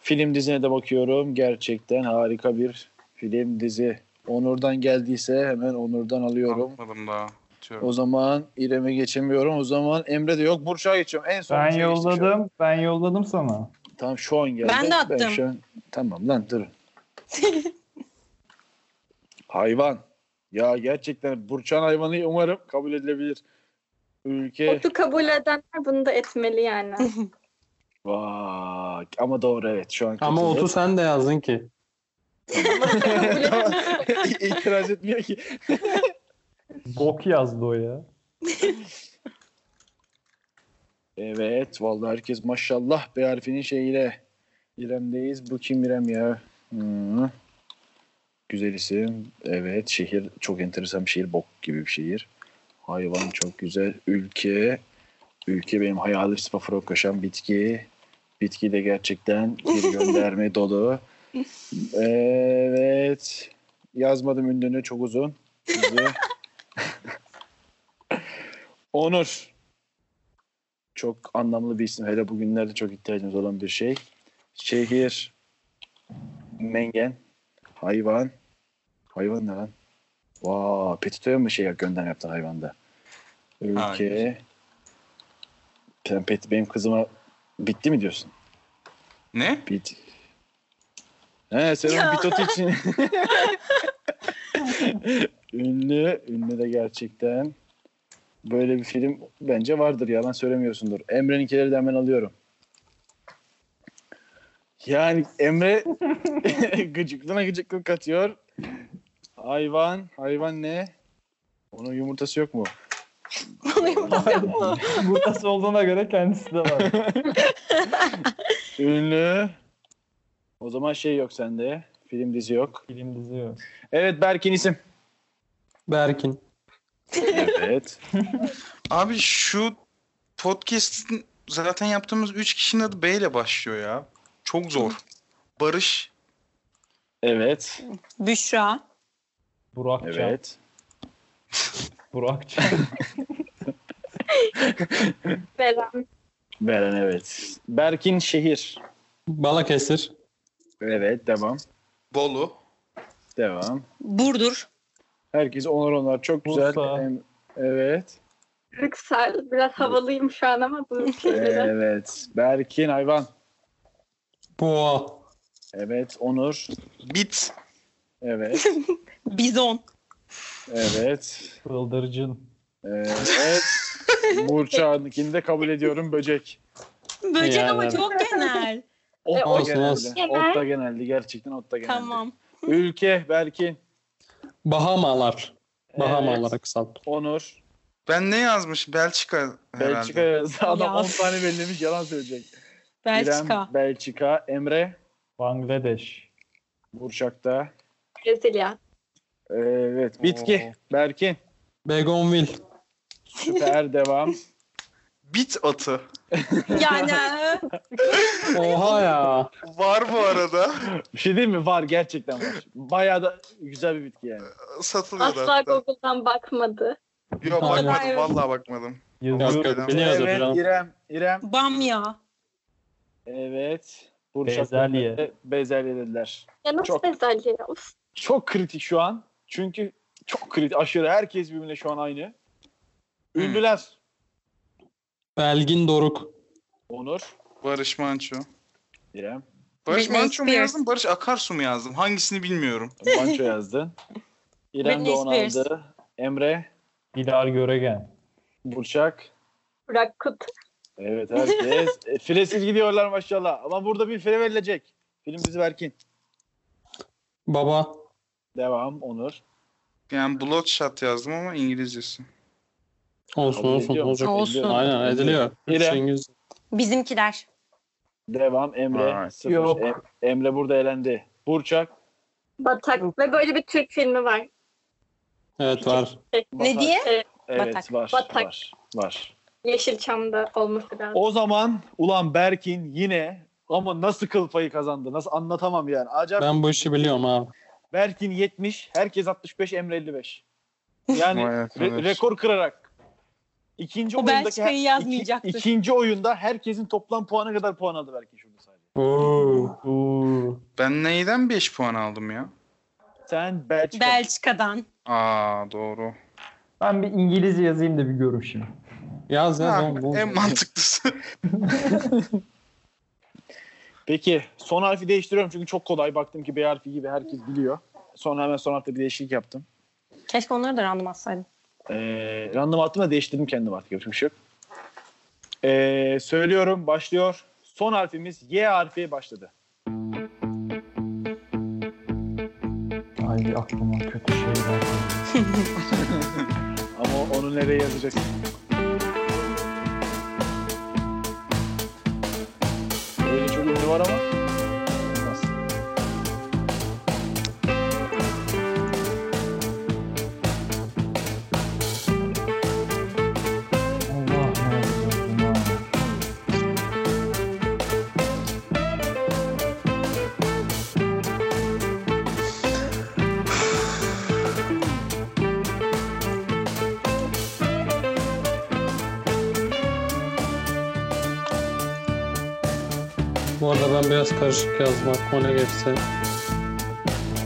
[SPEAKER 3] Film dizine de bakıyorum. Gerçekten harika bir film dizi. Onur'dan geldiyse hemen Onur'dan alıyorum.
[SPEAKER 1] Atmadım daha. Atıyorum.
[SPEAKER 3] O zaman İrem'e geçemiyorum. O zaman Emre de yok. Burçak'a geçiyorum. En son
[SPEAKER 5] Ben
[SPEAKER 3] geçtim şu an.
[SPEAKER 5] yolladım. Ben yolladım sana.
[SPEAKER 3] Tamam şu an geldi.
[SPEAKER 2] Ben de attım.
[SPEAKER 3] şu an- Tamam lan durun. Hayvan. Ya gerçekten Burçak'ın hayvanı umarım kabul edilebilir. Ülke.
[SPEAKER 6] Otu kabul edenler bunu da etmeli yani.
[SPEAKER 3] Vay. Ama doğru evet şu an.
[SPEAKER 4] Ama
[SPEAKER 3] katıldım.
[SPEAKER 4] otu sen de yazdın ki.
[SPEAKER 6] kabul
[SPEAKER 3] Tamam. İtiraz etmiyor ki.
[SPEAKER 5] Bok yazdı o ya.
[SPEAKER 3] Evet vallahi herkes maşallah B harfinin şeyiyle. İrem'deyiz. Bu kim İrem ya? Hmm. Güzel isim. Evet şehir çok enteresan bir şehir. Bok gibi bir şehir. Hayvan çok güzel. Ülke. Ülke benim hayalim spafro koşan bitki. Bitki de gerçekten bir gönderme dolu. Evet. Yazmadım ünlünü çok uzun. Bizi- Onur çok anlamlı bir isim. Hele bugünlerde çok ihtiyacımız olan bir şey. Şehir, mengen, hayvan. Hayvan ne lan? Vaa, Petito'ya mı şey gönderme yaptı hayvanda?
[SPEAKER 1] Ha,
[SPEAKER 3] Ülke.
[SPEAKER 1] güzel.
[SPEAKER 3] Sen Pet, benim kızıma bitti mi diyorsun?
[SPEAKER 1] Ne?
[SPEAKER 3] Bit. He, sen
[SPEAKER 2] Ya.
[SPEAKER 3] onun Bitot için. ünlü, ünlü de gerçekten. Böyle bir film bence vardır ya. Ben söylemiyorsundur. Emre'ninkileri de hemen alıyorum. Yani Emre gıcıklığına gıcıklık katıyor. Hayvan, hayvan ne? Onun yumurtası yok mu?
[SPEAKER 5] Burası olduğuna göre kendisi de var.
[SPEAKER 3] Ünlü. O zaman şey yok sende. Film dizi yok.
[SPEAKER 5] Film dizi yok.
[SPEAKER 3] Evet Berkin isim.
[SPEAKER 4] Berkin.
[SPEAKER 3] Evet.
[SPEAKER 1] Abi şu podcast'in zaten yaptığımız 3 kişinin adı B ile başlıyor ya. Çok zor. Barış,
[SPEAKER 3] Evet.
[SPEAKER 2] Büşra.
[SPEAKER 5] Burakcan.
[SPEAKER 3] Evet.
[SPEAKER 5] Burakcan.
[SPEAKER 6] Beren.
[SPEAKER 3] Beren evet. Berkin şehir.
[SPEAKER 4] Balıkesir.
[SPEAKER 3] Evet devam.
[SPEAKER 1] Bolu,
[SPEAKER 3] Devam.
[SPEAKER 2] Burdur.
[SPEAKER 3] Herkes onar onar çok güzel.
[SPEAKER 5] Bursa.
[SPEAKER 3] Em- Evet.
[SPEAKER 6] Brüksel. Biraz havalıyım şu an ama bu şeyleri.
[SPEAKER 3] Evet. Berkin hayvan.
[SPEAKER 4] Boğa.
[SPEAKER 3] Evet. Onur.
[SPEAKER 1] Bit,
[SPEAKER 3] Evet.
[SPEAKER 2] Bizon.
[SPEAKER 3] Evet.
[SPEAKER 5] Bıldırcın.
[SPEAKER 3] Evet. Burçak'ınkini de kabul ediyorum. Böcek.
[SPEAKER 2] Böcek
[SPEAKER 4] Yani
[SPEAKER 2] ama
[SPEAKER 4] evet.
[SPEAKER 2] çok genel.
[SPEAKER 3] Ot da
[SPEAKER 4] olsun,
[SPEAKER 3] genelde.
[SPEAKER 4] olsun.
[SPEAKER 3] Ot da genelde. Gerçekten ot da genelde.
[SPEAKER 2] tamam.
[SPEAKER 3] Ülke Berkin.
[SPEAKER 4] Bahamalar. Bahamalara
[SPEAKER 3] Evet.
[SPEAKER 4] kısalt.
[SPEAKER 3] Onur.
[SPEAKER 1] ben ne yazmış? Belçika herhalde.
[SPEAKER 3] Belçika yazdı. Adam
[SPEAKER 2] Ya.
[SPEAKER 3] 10 tane belirlemiş. Yalan söyleyecek.
[SPEAKER 2] Belçika.
[SPEAKER 3] İrem, Belçika. Emre.
[SPEAKER 5] Bangladeş.
[SPEAKER 3] Burçak'ta.
[SPEAKER 6] Brezilya.
[SPEAKER 3] Evet. Bitki. Berkin.
[SPEAKER 4] Begonville.
[SPEAKER 3] Süper devam.
[SPEAKER 1] Bit atı.
[SPEAKER 2] Yani
[SPEAKER 4] Oha ya.
[SPEAKER 1] Var bu arada.
[SPEAKER 3] Bir şey değil mi? Var gerçekten var. Bayağı da güzel bir bitki yani.
[SPEAKER 1] Satılıyor da
[SPEAKER 6] Asla
[SPEAKER 1] hatta.
[SPEAKER 6] Google'dan bakmadı.
[SPEAKER 1] Yok
[SPEAKER 4] Aynen.
[SPEAKER 1] bakmadım. Vallahi bakmadım.
[SPEAKER 4] Yok
[SPEAKER 5] Yazıyor.
[SPEAKER 4] yok beni yazıyor
[SPEAKER 3] evet
[SPEAKER 4] biraz.
[SPEAKER 3] İrem. İrem.
[SPEAKER 2] bamya.
[SPEAKER 3] Evet.
[SPEAKER 5] Bezelye.
[SPEAKER 3] Burçak- Bezelye dediler.
[SPEAKER 6] Ya nasıl
[SPEAKER 3] Çok.
[SPEAKER 6] bezelye? Of.
[SPEAKER 3] Çok kritik şu an. Çünkü çok kritik. Aşırı herkes birbirine şu an aynı.
[SPEAKER 2] Hmm.
[SPEAKER 3] Ünlüler.
[SPEAKER 4] Belgin Doruk.
[SPEAKER 3] Onur.
[SPEAKER 1] Barış Manço.
[SPEAKER 3] İrem.
[SPEAKER 1] Barış
[SPEAKER 2] Britney
[SPEAKER 1] Manço mu
[SPEAKER 2] Spears.
[SPEAKER 1] yazdım? Barış Akarsu mu yazdım? Hangisini bilmiyorum.
[SPEAKER 3] Manço yazdı. İrem de
[SPEAKER 2] Britney
[SPEAKER 3] onu
[SPEAKER 2] Spears.
[SPEAKER 3] aldı. Emre.
[SPEAKER 5] Dilar Göregen.
[SPEAKER 3] Burçak.
[SPEAKER 6] Burak Kut.
[SPEAKER 3] Evet herkes. e, Filesiz gidiyorlar maşallah. Ama burada bir fire verilecek. Film dizi Berkin.
[SPEAKER 4] Baba.
[SPEAKER 3] Devam Onur.
[SPEAKER 1] Yani Bloodshot yazdım ama İngilizcesi.
[SPEAKER 4] Olsun
[SPEAKER 3] Kabul
[SPEAKER 4] olsun.
[SPEAKER 3] ediyor.
[SPEAKER 4] Olacak.
[SPEAKER 2] Olsun.
[SPEAKER 4] Aynen ediliyor. Üç
[SPEAKER 3] İrem.
[SPEAKER 4] İngiliz.
[SPEAKER 2] Bizimkiler.
[SPEAKER 3] Devam Emre.
[SPEAKER 1] Vay.
[SPEAKER 3] Sıfır.
[SPEAKER 5] Yok.
[SPEAKER 3] Em- Emre burada elendi. Burçak.
[SPEAKER 6] Batak. Ve böyle bir Türk filmi var.
[SPEAKER 4] Evet var.
[SPEAKER 2] Ne diye?
[SPEAKER 3] Evet
[SPEAKER 2] Batak.
[SPEAKER 3] var.
[SPEAKER 6] Batak.
[SPEAKER 3] Var. Var.
[SPEAKER 6] Yeşilçam'da olması lazım.
[SPEAKER 3] O zaman ulan Berkin yine ama nasıl kıl payı kazandı? Nasıl anlatamam yani. Acaba
[SPEAKER 4] Ben bu işi biliyorum abi.
[SPEAKER 3] Berkin 70, herkes 65, Emre 55. Yani
[SPEAKER 1] Vay arkadaş.
[SPEAKER 3] re- rekor kırarak. İkinci
[SPEAKER 2] O
[SPEAKER 3] oyundaki
[SPEAKER 2] Belçika'yı
[SPEAKER 3] iki-
[SPEAKER 2] yazmayacaktı.
[SPEAKER 3] ikinci oyunda herkesin toplam puanı kadar puan aldı Berkin şurada sadece.
[SPEAKER 4] Oo.
[SPEAKER 5] Uuu.
[SPEAKER 1] Ben neyden 5 puan aldım ya?
[SPEAKER 3] Sen Belçika.
[SPEAKER 2] Belçika'dan.
[SPEAKER 1] Aa doğru.
[SPEAKER 5] Ben bir İngilizce yazayım da bir görün şimdi.
[SPEAKER 4] Yaz yaz.
[SPEAKER 1] Ha,
[SPEAKER 4] oğlum, bu-
[SPEAKER 1] en mantıklısı.
[SPEAKER 3] Peki son harfi değiştiriyorum çünkü çok kolay. Baktım ki B harfi gibi herkes biliyor. Sonra hemen son harfte bir değişiklik yaptım.
[SPEAKER 2] Keşke onları da random atsaydım.
[SPEAKER 3] Ee, random attım da değiştirdim kendim artık yapacak bir şey yok. Ee, söylüyorum başlıyor. Son harfimiz Y harfi başladı.
[SPEAKER 5] Ay aklıma kötü şeyler. geldi.
[SPEAKER 3] Ama onu nereye yazacaksın? Böyle çok ünlü var ama. Nasıl?
[SPEAKER 5] Allah ne yapacağım ya?
[SPEAKER 4] Bu arada ben biraz karışık yazmak ona geçse.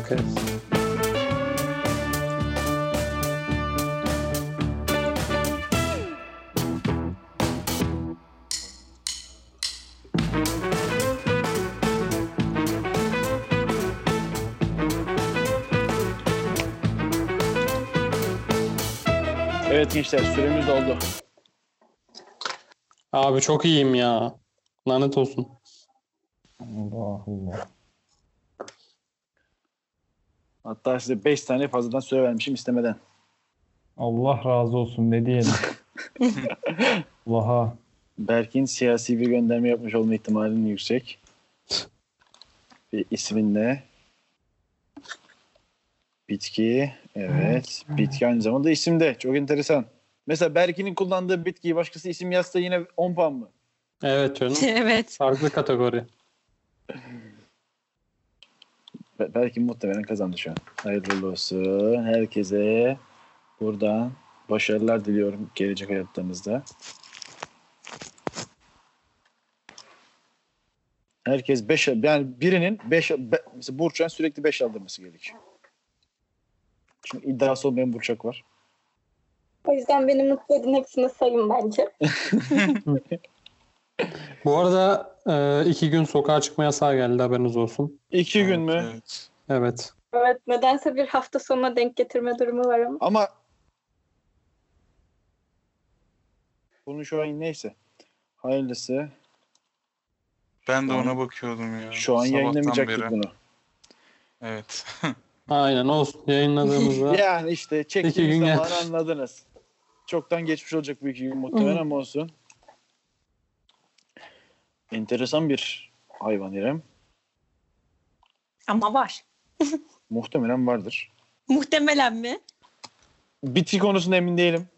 [SPEAKER 4] Okay.
[SPEAKER 3] Evet gençler süremiz doldu.
[SPEAKER 4] Abi çok iyiyim ya. Lanet olsun.
[SPEAKER 5] Allah Allah.
[SPEAKER 3] Hatta size 5 tane fazladan süre vermişim istemeden.
[SPEAKER 5] Allah razı olsun ne diyelim. Allah'a.
[SPEAKER 3] Berk'in siyasi bir gönderme yapmış olma ihtimalinin yüksek. Ve isminle bitki. Evet. Bitki aynı zamanda isim de. Çok enteresan. Mesela Berkin'in kullandığı bitkiyi başkası isim yazsa yine 10 puan mı?
[SPEAKER 4] Evet canım.
[SPEAKER 2] evet.
[SPEAKER 4] Farklı kategori.
[SPEAKER 3] Be- Berkin muhtemelen kazandı şu an. Hayırlı olsun. Herkese buradan başarılar diliyorum gelecek hayatlarınızda. Herkes 5 yani birinin 5 mesela Burçak'ın sürekli 5 aldırması gerekiyor. Çünkü iddiası olmayan Burçak var.
[SPEAKER 6] O yüzden beni mutlu edin hepsini sayın bence.
[SPEAKER 4] Bu arada e, iki gün sokağa çıkma yasağı geldi haberiniz olsun.
[SPEAKER 3] 2 gün mü?
[SPEAKER 1] Evet.
[SPEAKER 4] Evet.
[SPEAKER 6] Evet nedense bir hafta sonuna denk getirme durumu var ama.
[SPEAKER 3] Ama bunun şu an neyse. Hayırlısı.
[SPEAKER 1] Ben de
[SPEAKER 3] Şu an-
[SPEAKER 1] ona bakıyordum ya.
[SPEAKER 3] Şu an
[SPEAKER 1] sabahtan
[SPEAKER 3] yayınlamayacaktık
[SPEAKER 1] beri.
[SPEAKER 3] bunu.
[SPEAKER 1] Evet.
[SPEAKER 4] Aynen olsun. Yayınladığımızda
[SPEAKER 3] Yani işte
[SPEAKER 4] İki
[SPEAKER 3] çektiğimiz
[SPEAKER 4] gün
[SPEAKER 3] zaman
[SPEAKER 4] gelmiş.
[SPEAKER 3] anladınız. Çoktan geçmiş olacak bu iki gün muhtemelen ama olsun. Enteresan bir hayvan İrem.
[SPEAKER 2] Ama var.
[SPEAKER 3] Muhtemelen vardır.
[SPEAKER 2] Muhtemelen mi?
[SPEAKER 3] Bitki konusunda emin değilim.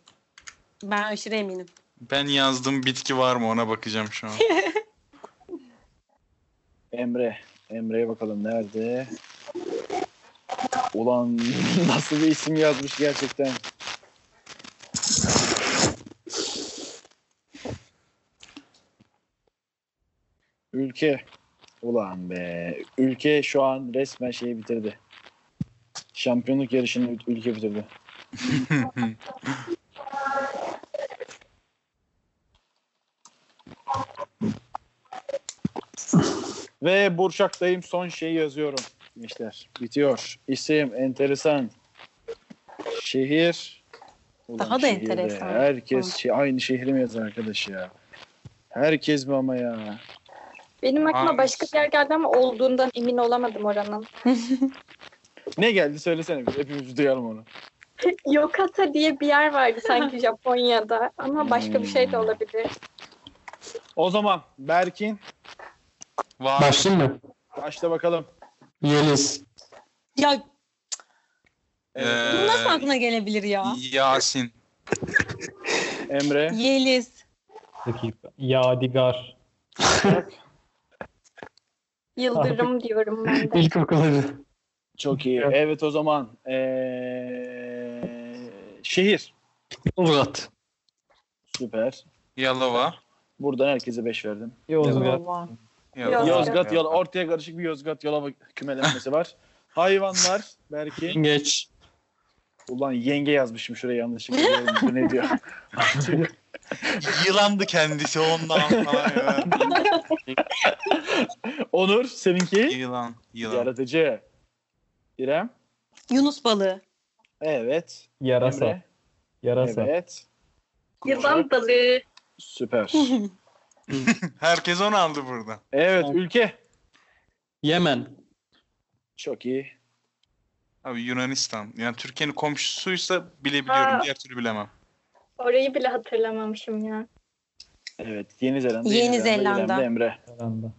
[SPEAKER 2] Ben aşırı eminim.
[SPEAKER 1] Ben yazdığım bitki var mı ona bakacağım şu an.
[SPEAKER 3] Emre. Emre'ye bakalım nerede? Ulan nasıl bir isim yazmış gerçekten. Ülke. Ulan be. Ülke şu an resmen şeyi bitirdi. Şampiyonluk yarışını ül- ülke bitirdi. Ve Burçak'tayım son şeyi yazıyorum. Gençler bitiyor. İsim enteresan. Şehir. Ulan
[SPEAKER 2] Daha da
[SPEAKER 3] şehir de.
[SPEAKER 2] enteresan.
[SPEAKER 3] Herkes
[SPEAKER 2] Hı.
[SPEAKER 3] şey, aynı şehri mi yazar arkadaş ya? Herkes mi ama ya?
[SPEAKER 6] Benim aklıma
[SPEAKER 1] Aa,
[SPEAKER 6] başka bir yer geldi ama olduğundan emin olamadım oranın.
[SPEAKER 3] Ne geldi söylesene bir. Hepimiz duyalım onu.
[SPEAKER 6] Yokata diye bir yer vardı sanki Japonya'da ama başka bir şey de
[SPEAKER 3] Hmm.
[SPEAKER 6] olabilir.
[SPEAKER 3] O zaman Berkin
[SPEAKER 1] Var.
[SPEAKER 4] başlayayım mı?
[SPEAKER 3] başla bakalım.
[SPEAKER 4] Yeliz.
[SPEAKER 2] Ya
[SPEAKER 1] Ee,
[SPEAKER 2] bu nasıl aklına gelebilir ya?
[SPEAKER 1] Yasin.
[SPEAKER 3] Emre.
[SPEAKER 2] Yeliz.
[SPEAKER 5] Dakika. Yadigar.
[SPEAKER 6] Yıldırım diyorum ben de.
[SPEAKER 4] İlkokulcu.
[SPEAKER 3] Çok iyi. Evet o zaman ee, şehir.
[SPEAKER 4] Uzat.
[SPEAKER 3] Süper.
[SPEAKER 1] Yalova.
[SPEAKER 3] Buradan herkese 5 verdim.
[SPEAKER 5] Yozgat.
[SPEAKER 2] Yalova.
[SPEAKER 1] Yalova.
[SPEAKER 6] Yozgat.
[SPEAKER 3] Yozgat yala ortaya karışık bir Yozgat yalava kümelenmesi var. Hayvanlar Berkin.
[SPEAKER 4] Geç.
[SPEAKER 3] Ulan yenge yazmışım şuraya yanlışlıkla. Bu ne diyor?
[SPEAKER 1] Yılandı kendisi ondan falan. ya.
[SPEAKER 3] Onur seninki.
[SPEAKER 1] Yılan. Yılan.
[SPEAKER 3] Yaratıcı. İrem.
[SPEAKER 2] Yunus balığı.
[SPEAKER 3] Evet.
[SPEAKER 5] Yarasa.
[SPEAKER 3] Emre.
[SPEAKER 5] Yarasa.
[SPEAKER 3] Evet.
[SPEAKER 6] Yılan balığı.
[SPEAKER 3] Süper.
[SPEAKER 1] Herkes onu aldı burada.
[SPEAKER 3] Evet ülke.
[SPEAKER 4] Yemen.
[SPEAKER 3] Çok iyi.
[SPEAKER 1] Abi Yunanistan. Yani Türkiye'nin komşusuysa bilebiliyorum.
[SPEAKER 6] Ha.
[SPEAKER 1] Diğer türlü bilemem.
[SPEAKER 6] Orayı bile hatırlamamışım ya.
[SPEAKER 3] Evet Yeni Zelanda.
[SPEAKER 2] Yeni
[SPEAKER 3] Yeni
[SPEAKER 2] Zelanda.
[SPEAKER 3] Zelanda Emre.
[SPEAKER 5] Yaranda.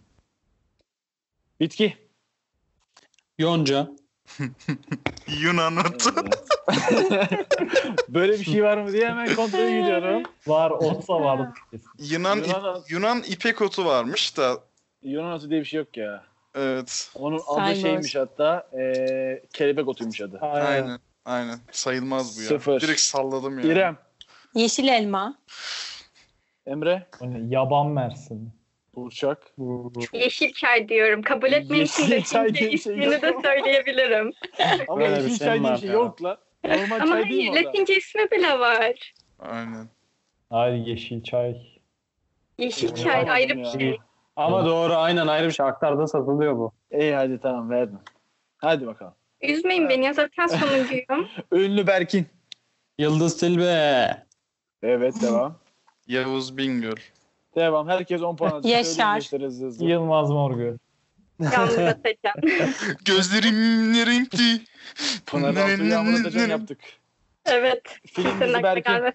[SPEAKER 3] Bitki.
[SPEAKER 4] Yonca.
[SPEAKER 1] Yunan atı.
[SPEAKER 3] Böyle bir şey var mı diye hemen kontrole gidiyorum.
[SPEAKER 5] Var olsa vardı.
[SPEAKER 1] Yunan, ip-
[SPEAKER 3] Yunan, atı-
[SPEAKER 1] Yunan ipek otu varmış da.
[SPEAKER 3] Yunan atı diye bir şey yok ya.
[SPEAKER 1] Evet.
[SPEAKER 3] Onun adı
[SPEAKER 2] Saymaz.
[SPEAKER 3] şeymiş hatta. eee kelebek otuymuş adı.
[SPEAKER 1] Aynen. Aynen. Sayılmaz bu ya.
[SPEAKER 3] Sıfır.
[SPEAKER 1] Direkt salladım ya.
[SPEAKER 3] İrem.
[SPEAKER 2] Yeşil elma.
[SPEAKER 3] Emre.
[SPEAKER 5] O ne? Yaban Mersin.
[SPEAKER 3] Burçak.
[SPEAKER 6] Yeşil çay diyorum. Kabul etmeyin
[SPEAKER 3] Yeşil
[SPEAKER 6] şimdi
[SPEAKER 3] çay diye bir şey
[SPEAKER 6] ismini de
[SPEAKER 3] yok.
[SPEAKER 6] söyleyebilirim.
[SPEAKER 3] Ama
[SPEAKER 4] Böyle bir
[SPEAKER 3] yeşil
[SPEAKER 4] şey
[SPEAKER 3] çay diye
[SPEAKER 4] mi
[SPEAKER 3] bir
[SPEAKER 4] var
[SPEAKER 3] şey
[SPEAKER 4] ya?
[SPEAKER 3] yok lan. Normal
[SPEAKER 6] Ama
[SPEAKER 3] çay değil mi
[SPEAKER 6] hayır
[SPEAKER 3] o da?
[SPEAKER 6] Latince ismi bile var.
[SPEAKER 1] Aynen.
[SPEAKER 5] Hayır yeşil çay.
[SPEAKER 6] Yeşil
[SPEAKER 3] Bunu
[SPEAKER 6] çay
[SPEAKER 3] anlamadım
[SPEAKER 6] ayrı bir
[SPEAKER 3] ya.
[SPEAKER 6] şey.
[SPEAKER 4] Ama doğru aynen ayrı bir şey. Aktarda satılıyor bu.
[SPEAKER 3] İyi hadi tamam verdim. Hadi bakalım.
[SPEAKER 6] Üzmeyin beni ya zaten sonuncuyum.
[SPEAKER 3] Ünlü Berkin.
[SPEAKER 4] Yıldız Tilbe.
[SPEAKER 3] Evet devam.
[SPEAKER 1] Yavuz Bingöl.
[SPEAKER 3] devam. Herkes 10 puan atıyor.
[SPEAKER 2] Yaşar.
[SPEAKER 3] Söyleyin gençler hızlı hızlı.
[SPEAKER 5] Yılmaz Morgül.
[SPEAKER 6] Yalnız atacağım.
[SPEAKER 1] Gözlerim ne renkti?
[SPEAKER 3] Pınar Altuğ Yağmur Atacan yaptık.
[SPEAKER 6] Evet.
[SPEAKER 3] Filmimizi
[SPEAKER 6] Kimsenin aklına
[SPEAKER 3] Berkin.
[SPEAKER 6] gelmez.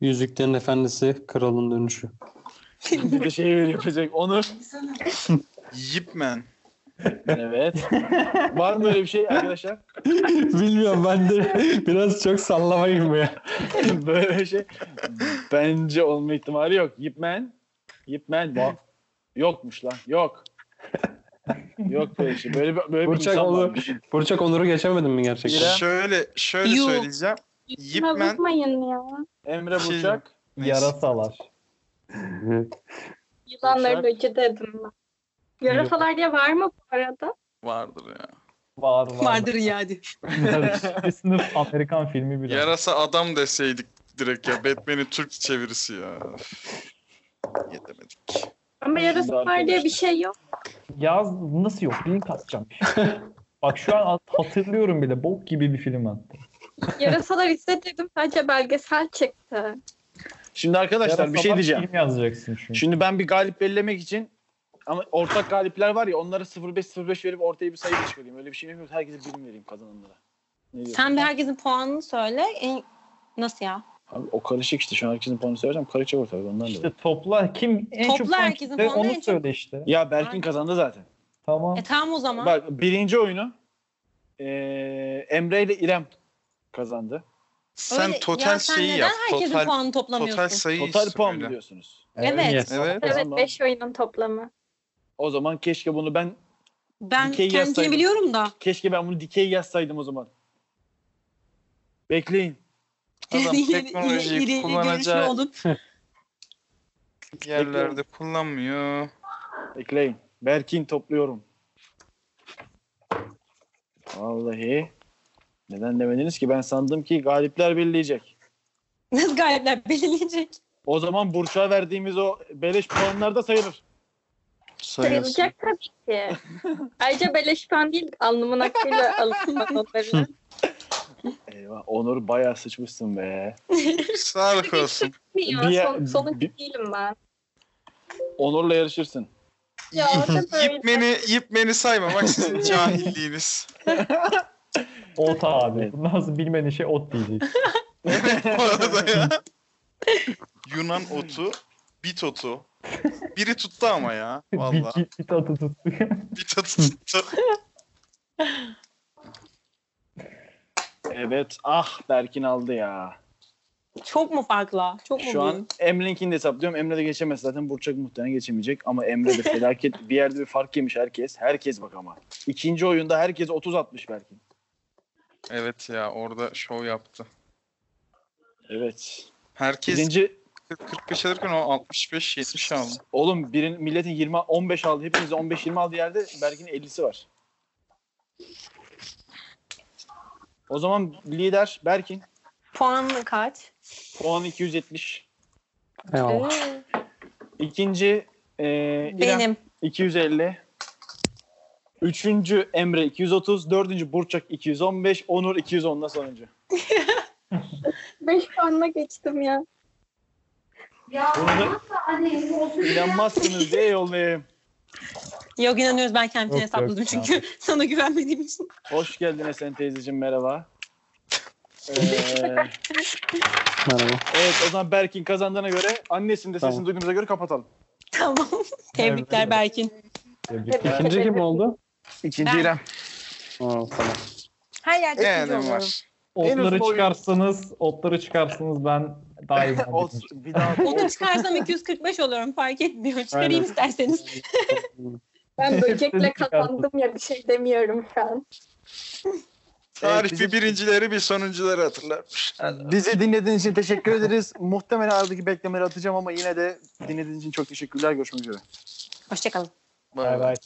[SPEAKER 4] Yüzüklerin Efendisi Kralın Dönüşü.
[SPEAKER 3] Bir de şey böyle yapacak. Onur.
[SPEAKER 1] Yipmen.
[SPEAKER 3] Evet. Var mı öyle bir şey arkadaşlar?
[SPEAKER 4] Bilmiyorum ben de biraz çok sallamayayım ya.
[SPEAKER 3] böyle bir şey. Bence olma ihtimali yok. Yipmen. Yipmen. Va- Yokmuş lan. Yok. Yok böyle bir şey. Böyle, bir- böyle bir
[SPEAKER 4] Burçak
[SPEAKER 3] insan
[SPEAKER 4] olur.
[SPEAKER 3] varmış.
[SPEAKER 4] Burçak Onur'u geçemedin mi gerçekten?
[SPEAKER 3] İrem.
[SPEAKER 1] Şöyle şöyle
[SPEAKER 2] Yuh.
[SPEAKER 1] söyleyeceğim.
[SPEAKER 6] Buna
[SPEAKER 1] Yipmen.
[SPEAKER 6] Bakmayın ya.
[SPEAKER 3] Emre
[SPEAKER 1] Şey-
[SPEAKER 3] Burçak.
[SPEAKER 5] Yarasalar.
[SPEAKER 6] Yılanları
[SPEAKER 3] Yoksa-
[SPEAKER 6] böcü dedim ben. Yarasalar diye var mı bu arada?
[SPEAKER 1] vardır ya.
[SPEAKER 5] Var var.
[SPEAKER 2] Vardır yani.
[SPEAKER 5] Bir sınıf Amerikan filmi bile.
[SPEAKER 1] Yarasa adam deseydik direkt ya. Batman'in Türk çevirisi ya. Yetemedik.
[SPEAKER 6] Ama yarasalar diye bir şey yok.
[SPEAKER 5] Yaz nasıl yok? Link atacağım. Bak şu an at- hatırlıyorum bile. Bok gibi bir film attı.
[SPEAKER 6] Yarasalar izledim sadece belgesel çıktı.
[SPEAKER 3] Şimdi arkadaşlar bir şey
[SPEAKER 5] Yarasalar
[SPEAKER 3] diyeceğim.
[SPEAKER 5] Film yazacaksın çünkü.
[SPEAKER 3] Şimdi ben bir galip belirlemek için ama ortak galipler var ya onlara 05-05 verip ortaya bir sayı çıkarayım. Öyle bir şey yapmıyorum. Herkese birim vereyim kazananlara. Ne diyorsun?
[SPEAKER 2] Sen bir herkesin puanını söyle. En- Nasıl ya?
[SPEAKER 3] Abi o karışık işte. Şu an herkesin puanı söyleyeceğim. Karışacak ortada. Ondan
[SPEAKER 5] İşte topla kim en
[SPEAKER 2] Topla
[SPEAKER 5] çok puan
[SPEAKER 2] herkesin
[SPEAKER 5] kitle,
[SPEAKER 2] puanı, en
[SPEAKER 5] onu
[SPEAKER 2] çok-
[SPEAKER 5] söyle işte.
[SPEAKER 3] Ya Berkin kazandı zaten.
[SPEAKER 5] Tamam.
[SPEAKER 2] E tamam o zaman.
[SPEAKER 3] Bak birinci oyunu ee, Emre ile İrem kazandı.
[SPEAKER 1] Sen
[SPEAKER 2] Öyle-
[SPEAKER 1] total
[SPEAKER 2] ya sen
[SPEAKER 1] şeyi
[SPEAKER 2] neden
[SPEAKER 1] yap.
[SPEAKER 2] herkesin
[SPEAKER 1] Total,
[SPEAKER 2] puanını toplamıyorsun?
[SPEAKER 1] total sayı
[SPEAKER 3] Total puan mı
[SPEAKER 1] söyle.
[SPEAKER 3] diyorsunuz?
[SPEAKER 2] Evet.
[SPEAKER 1] Evet.
[SPEAKER 6] Evet
[SPEAKER 3] Tamam.
[SPEAKER 6] 5 oyunun toplamı.
[SPEAKER 3] O zaman keşke bunu ben
[SPEAKER 2] Ben
[SPEAKER 3] Dikeyi
[SPEAKER 2] kendimi
[SPEAKER 3] yazsaydın.
[SPEAKER 2] biliyorum da.
[SPEAKER 3] keşke ben bunu dikey yazsaydım o zaman. Bekleyin.
[SPEAKER 1] Adam
[SPEAKER 2] İri-
[SPEAKER 1] teknolojiyi
[SPEAKER 2] iri- iri görüşlü
[SPEAKER 1] kullanacağı
[SPEAKER 2] olup
[SPEAKER 1] yerlerde kullanmıyor.
[SPEAKER 3] Bekleyin. Berkin topluyorum. Vallahi neden demediniz ki? Ben sandım ki galipler belirleyecek.
[SPEAKER 2] nasıl galipler belirleyecek?
[SPEAKER 3] O zaman Burç'a verdiğimiz o beleş puanlar da sayılır.
[SPEAKER 1] Sayılsın.
[SPEAKER 6] Sayılacak tabii ki. Ayrıca beleş puan değil alnımın hakkıyla alınmaz onları.
[SPEAKER 3] Eyvah Onur bayağı sıçmışsın be.
[SPEAKER 1] Sağlık olsun.
[SPEAKER 3] Bir-
[SPEAKER 6] Ya, son, sonuncu
[SPEAKER 3] bir-
[SPEAKER 6] değilim ben.
[SPEAKER 3] Onur'la yarışırsın.
[SPEAKER 6] Ya o da böyle.
[SPEAKER 1] Yipmeni, yipmeni saymamak sizin cahilliğiniz.
[SPEAKER 5] Ot abi.
[SPEAKER 3] Evet.
[SPEAKER 5] Bundan sonra bilmediğin şey ot diyecek.
[SPEAKER 1] Evet bu arada ya. Yunan otu, bit otu. Biri tuttu ama ya. Valla.
[SPEAKER 5] bir kit atı tuttu.
[SPEAKER 1] Bit otu tuttu.
[SPEAKER 3] Evet. Ah Berkin aldı ya.
[SPEAKER 2] Çok mu farklı? Çok mu
[SPEAKER 3] Şu
[SPEAKER 2] büyük?
[SPEAKER 3] an Emre'ninkini de hesaplıyorum. Emre de geçemez zaten. Burçak muhtemelen geçemeyecek. Ama Emre de felaket. bir yerde bir fark yemiş herkes. Herkes bak ama. İkinci oyunda herkes 30 atmış Berkin.
[SPEAKER 1] Evet ya orada şov yaptı.
[SPEAKER 3] Evet.
[SPEAKER 1] Herkes
[SPEAKER 3] Birinci
[SPEAKER 1] 45 alırken o 65-70 aldı.
[SPEAKER 3] Oğlum birin, milletin 20 15 aldı. Hepimizde 15 20 aldı yerde Berkin'in 50'si var. O zaman lider Berkin.
[SPEAKER 2] Puanı kaç?
[SPEAKER 3] Puan 270.
[SPEAKER 4] Eyvallah.
[SPEAKER 2] Ee,
[SPEAKER 3] İkinci e, İrem
[SPEAKER 2] Benim.
[SPEAKER 3] 250. Üçüncü Emre 230. Dördüncü Burçak 215. Onur 210'la sonuncu.
[SPEAKER 6] 5 puanla geçtim ya.
[SPEAKER 3] Bunu inanmazsınız diye yollayayım.
[SPEAKER 2] Yok inanıyoruz ben kendisine
[SPEAKER 5] Yok, yok,
[SPEAKER 2] hesapladım çünkü sana güvenmediğim için.
[SPEAKER 3] Hoş geldin Esen teyzeciğim merhaba. Ee,
[SPEAKER 4] Merhaba.
[SPEAKER 3] evet o zaman Berk'in kazandığına göre annesinin de sesini
[SPEAKER 4] Tamam.
[SPEAKER 3] duyduğumuza göre kapatalım.
[SPEAKER 2] Tamam. Tebrikler
[SPEAKER 5] Evet.
[SPEAKER 2] Berkin.
[SPEAKER 5] Tebrikler.
[SPEAKER 4] İkinci kim oldu?
[SPEAKER 3] İkinci
[SPEAKER 2] Ben.
[SPEAKER 3] İrem.
[SPEAKER 4] Aa, tamam.
[SPEAKER 2] Her yerde
[SPEAKER 1] Yani
[SPEAKER 2] ikinci oluyorum.
[SPEAKER 1] var.
[SPEAKER 3] En uzun
[SPEAKER 5] Otları
[SPEAKER 3] oyun.
[SPEAKER 5] çıkarsanız, otları çıkarsanız ben daha iyi
[SPEAKER 3] Ot,
[SPEAKER 5] zannetmiştim.
[SPEAKER 3] bir daha
[SPEAKER 2] Onu çıkarsam 245 oluyorum fark etmiyor. Çıkarayım
[SPEAKER 3] Aynen.
[SPEAKER 2] isterseniz.
[SPEAKER 6] Ben böcekle
[SPEAKER 5] Hepsini çıkarttın.
[SPEAKER 6] kazandım ya bir şey demiyorum şu an.
[SPEAKER 1] Tarih
[SPEAKER 3] bizim-
[SPEAKER 1] bir birincileri bir sonuncuları hatırlarmış.
[SPEAKER 3] Bizi dinlediğiniz için teşekkür ederiz. Muhtemelen aradaki beklemeleri atacağım ama yine de dinlediğiniz için çok teşekkürler. Görüşmek üzere.
[SPEAKER 2] Hoşçakalın.
[SPEAKER 5] Bay bay.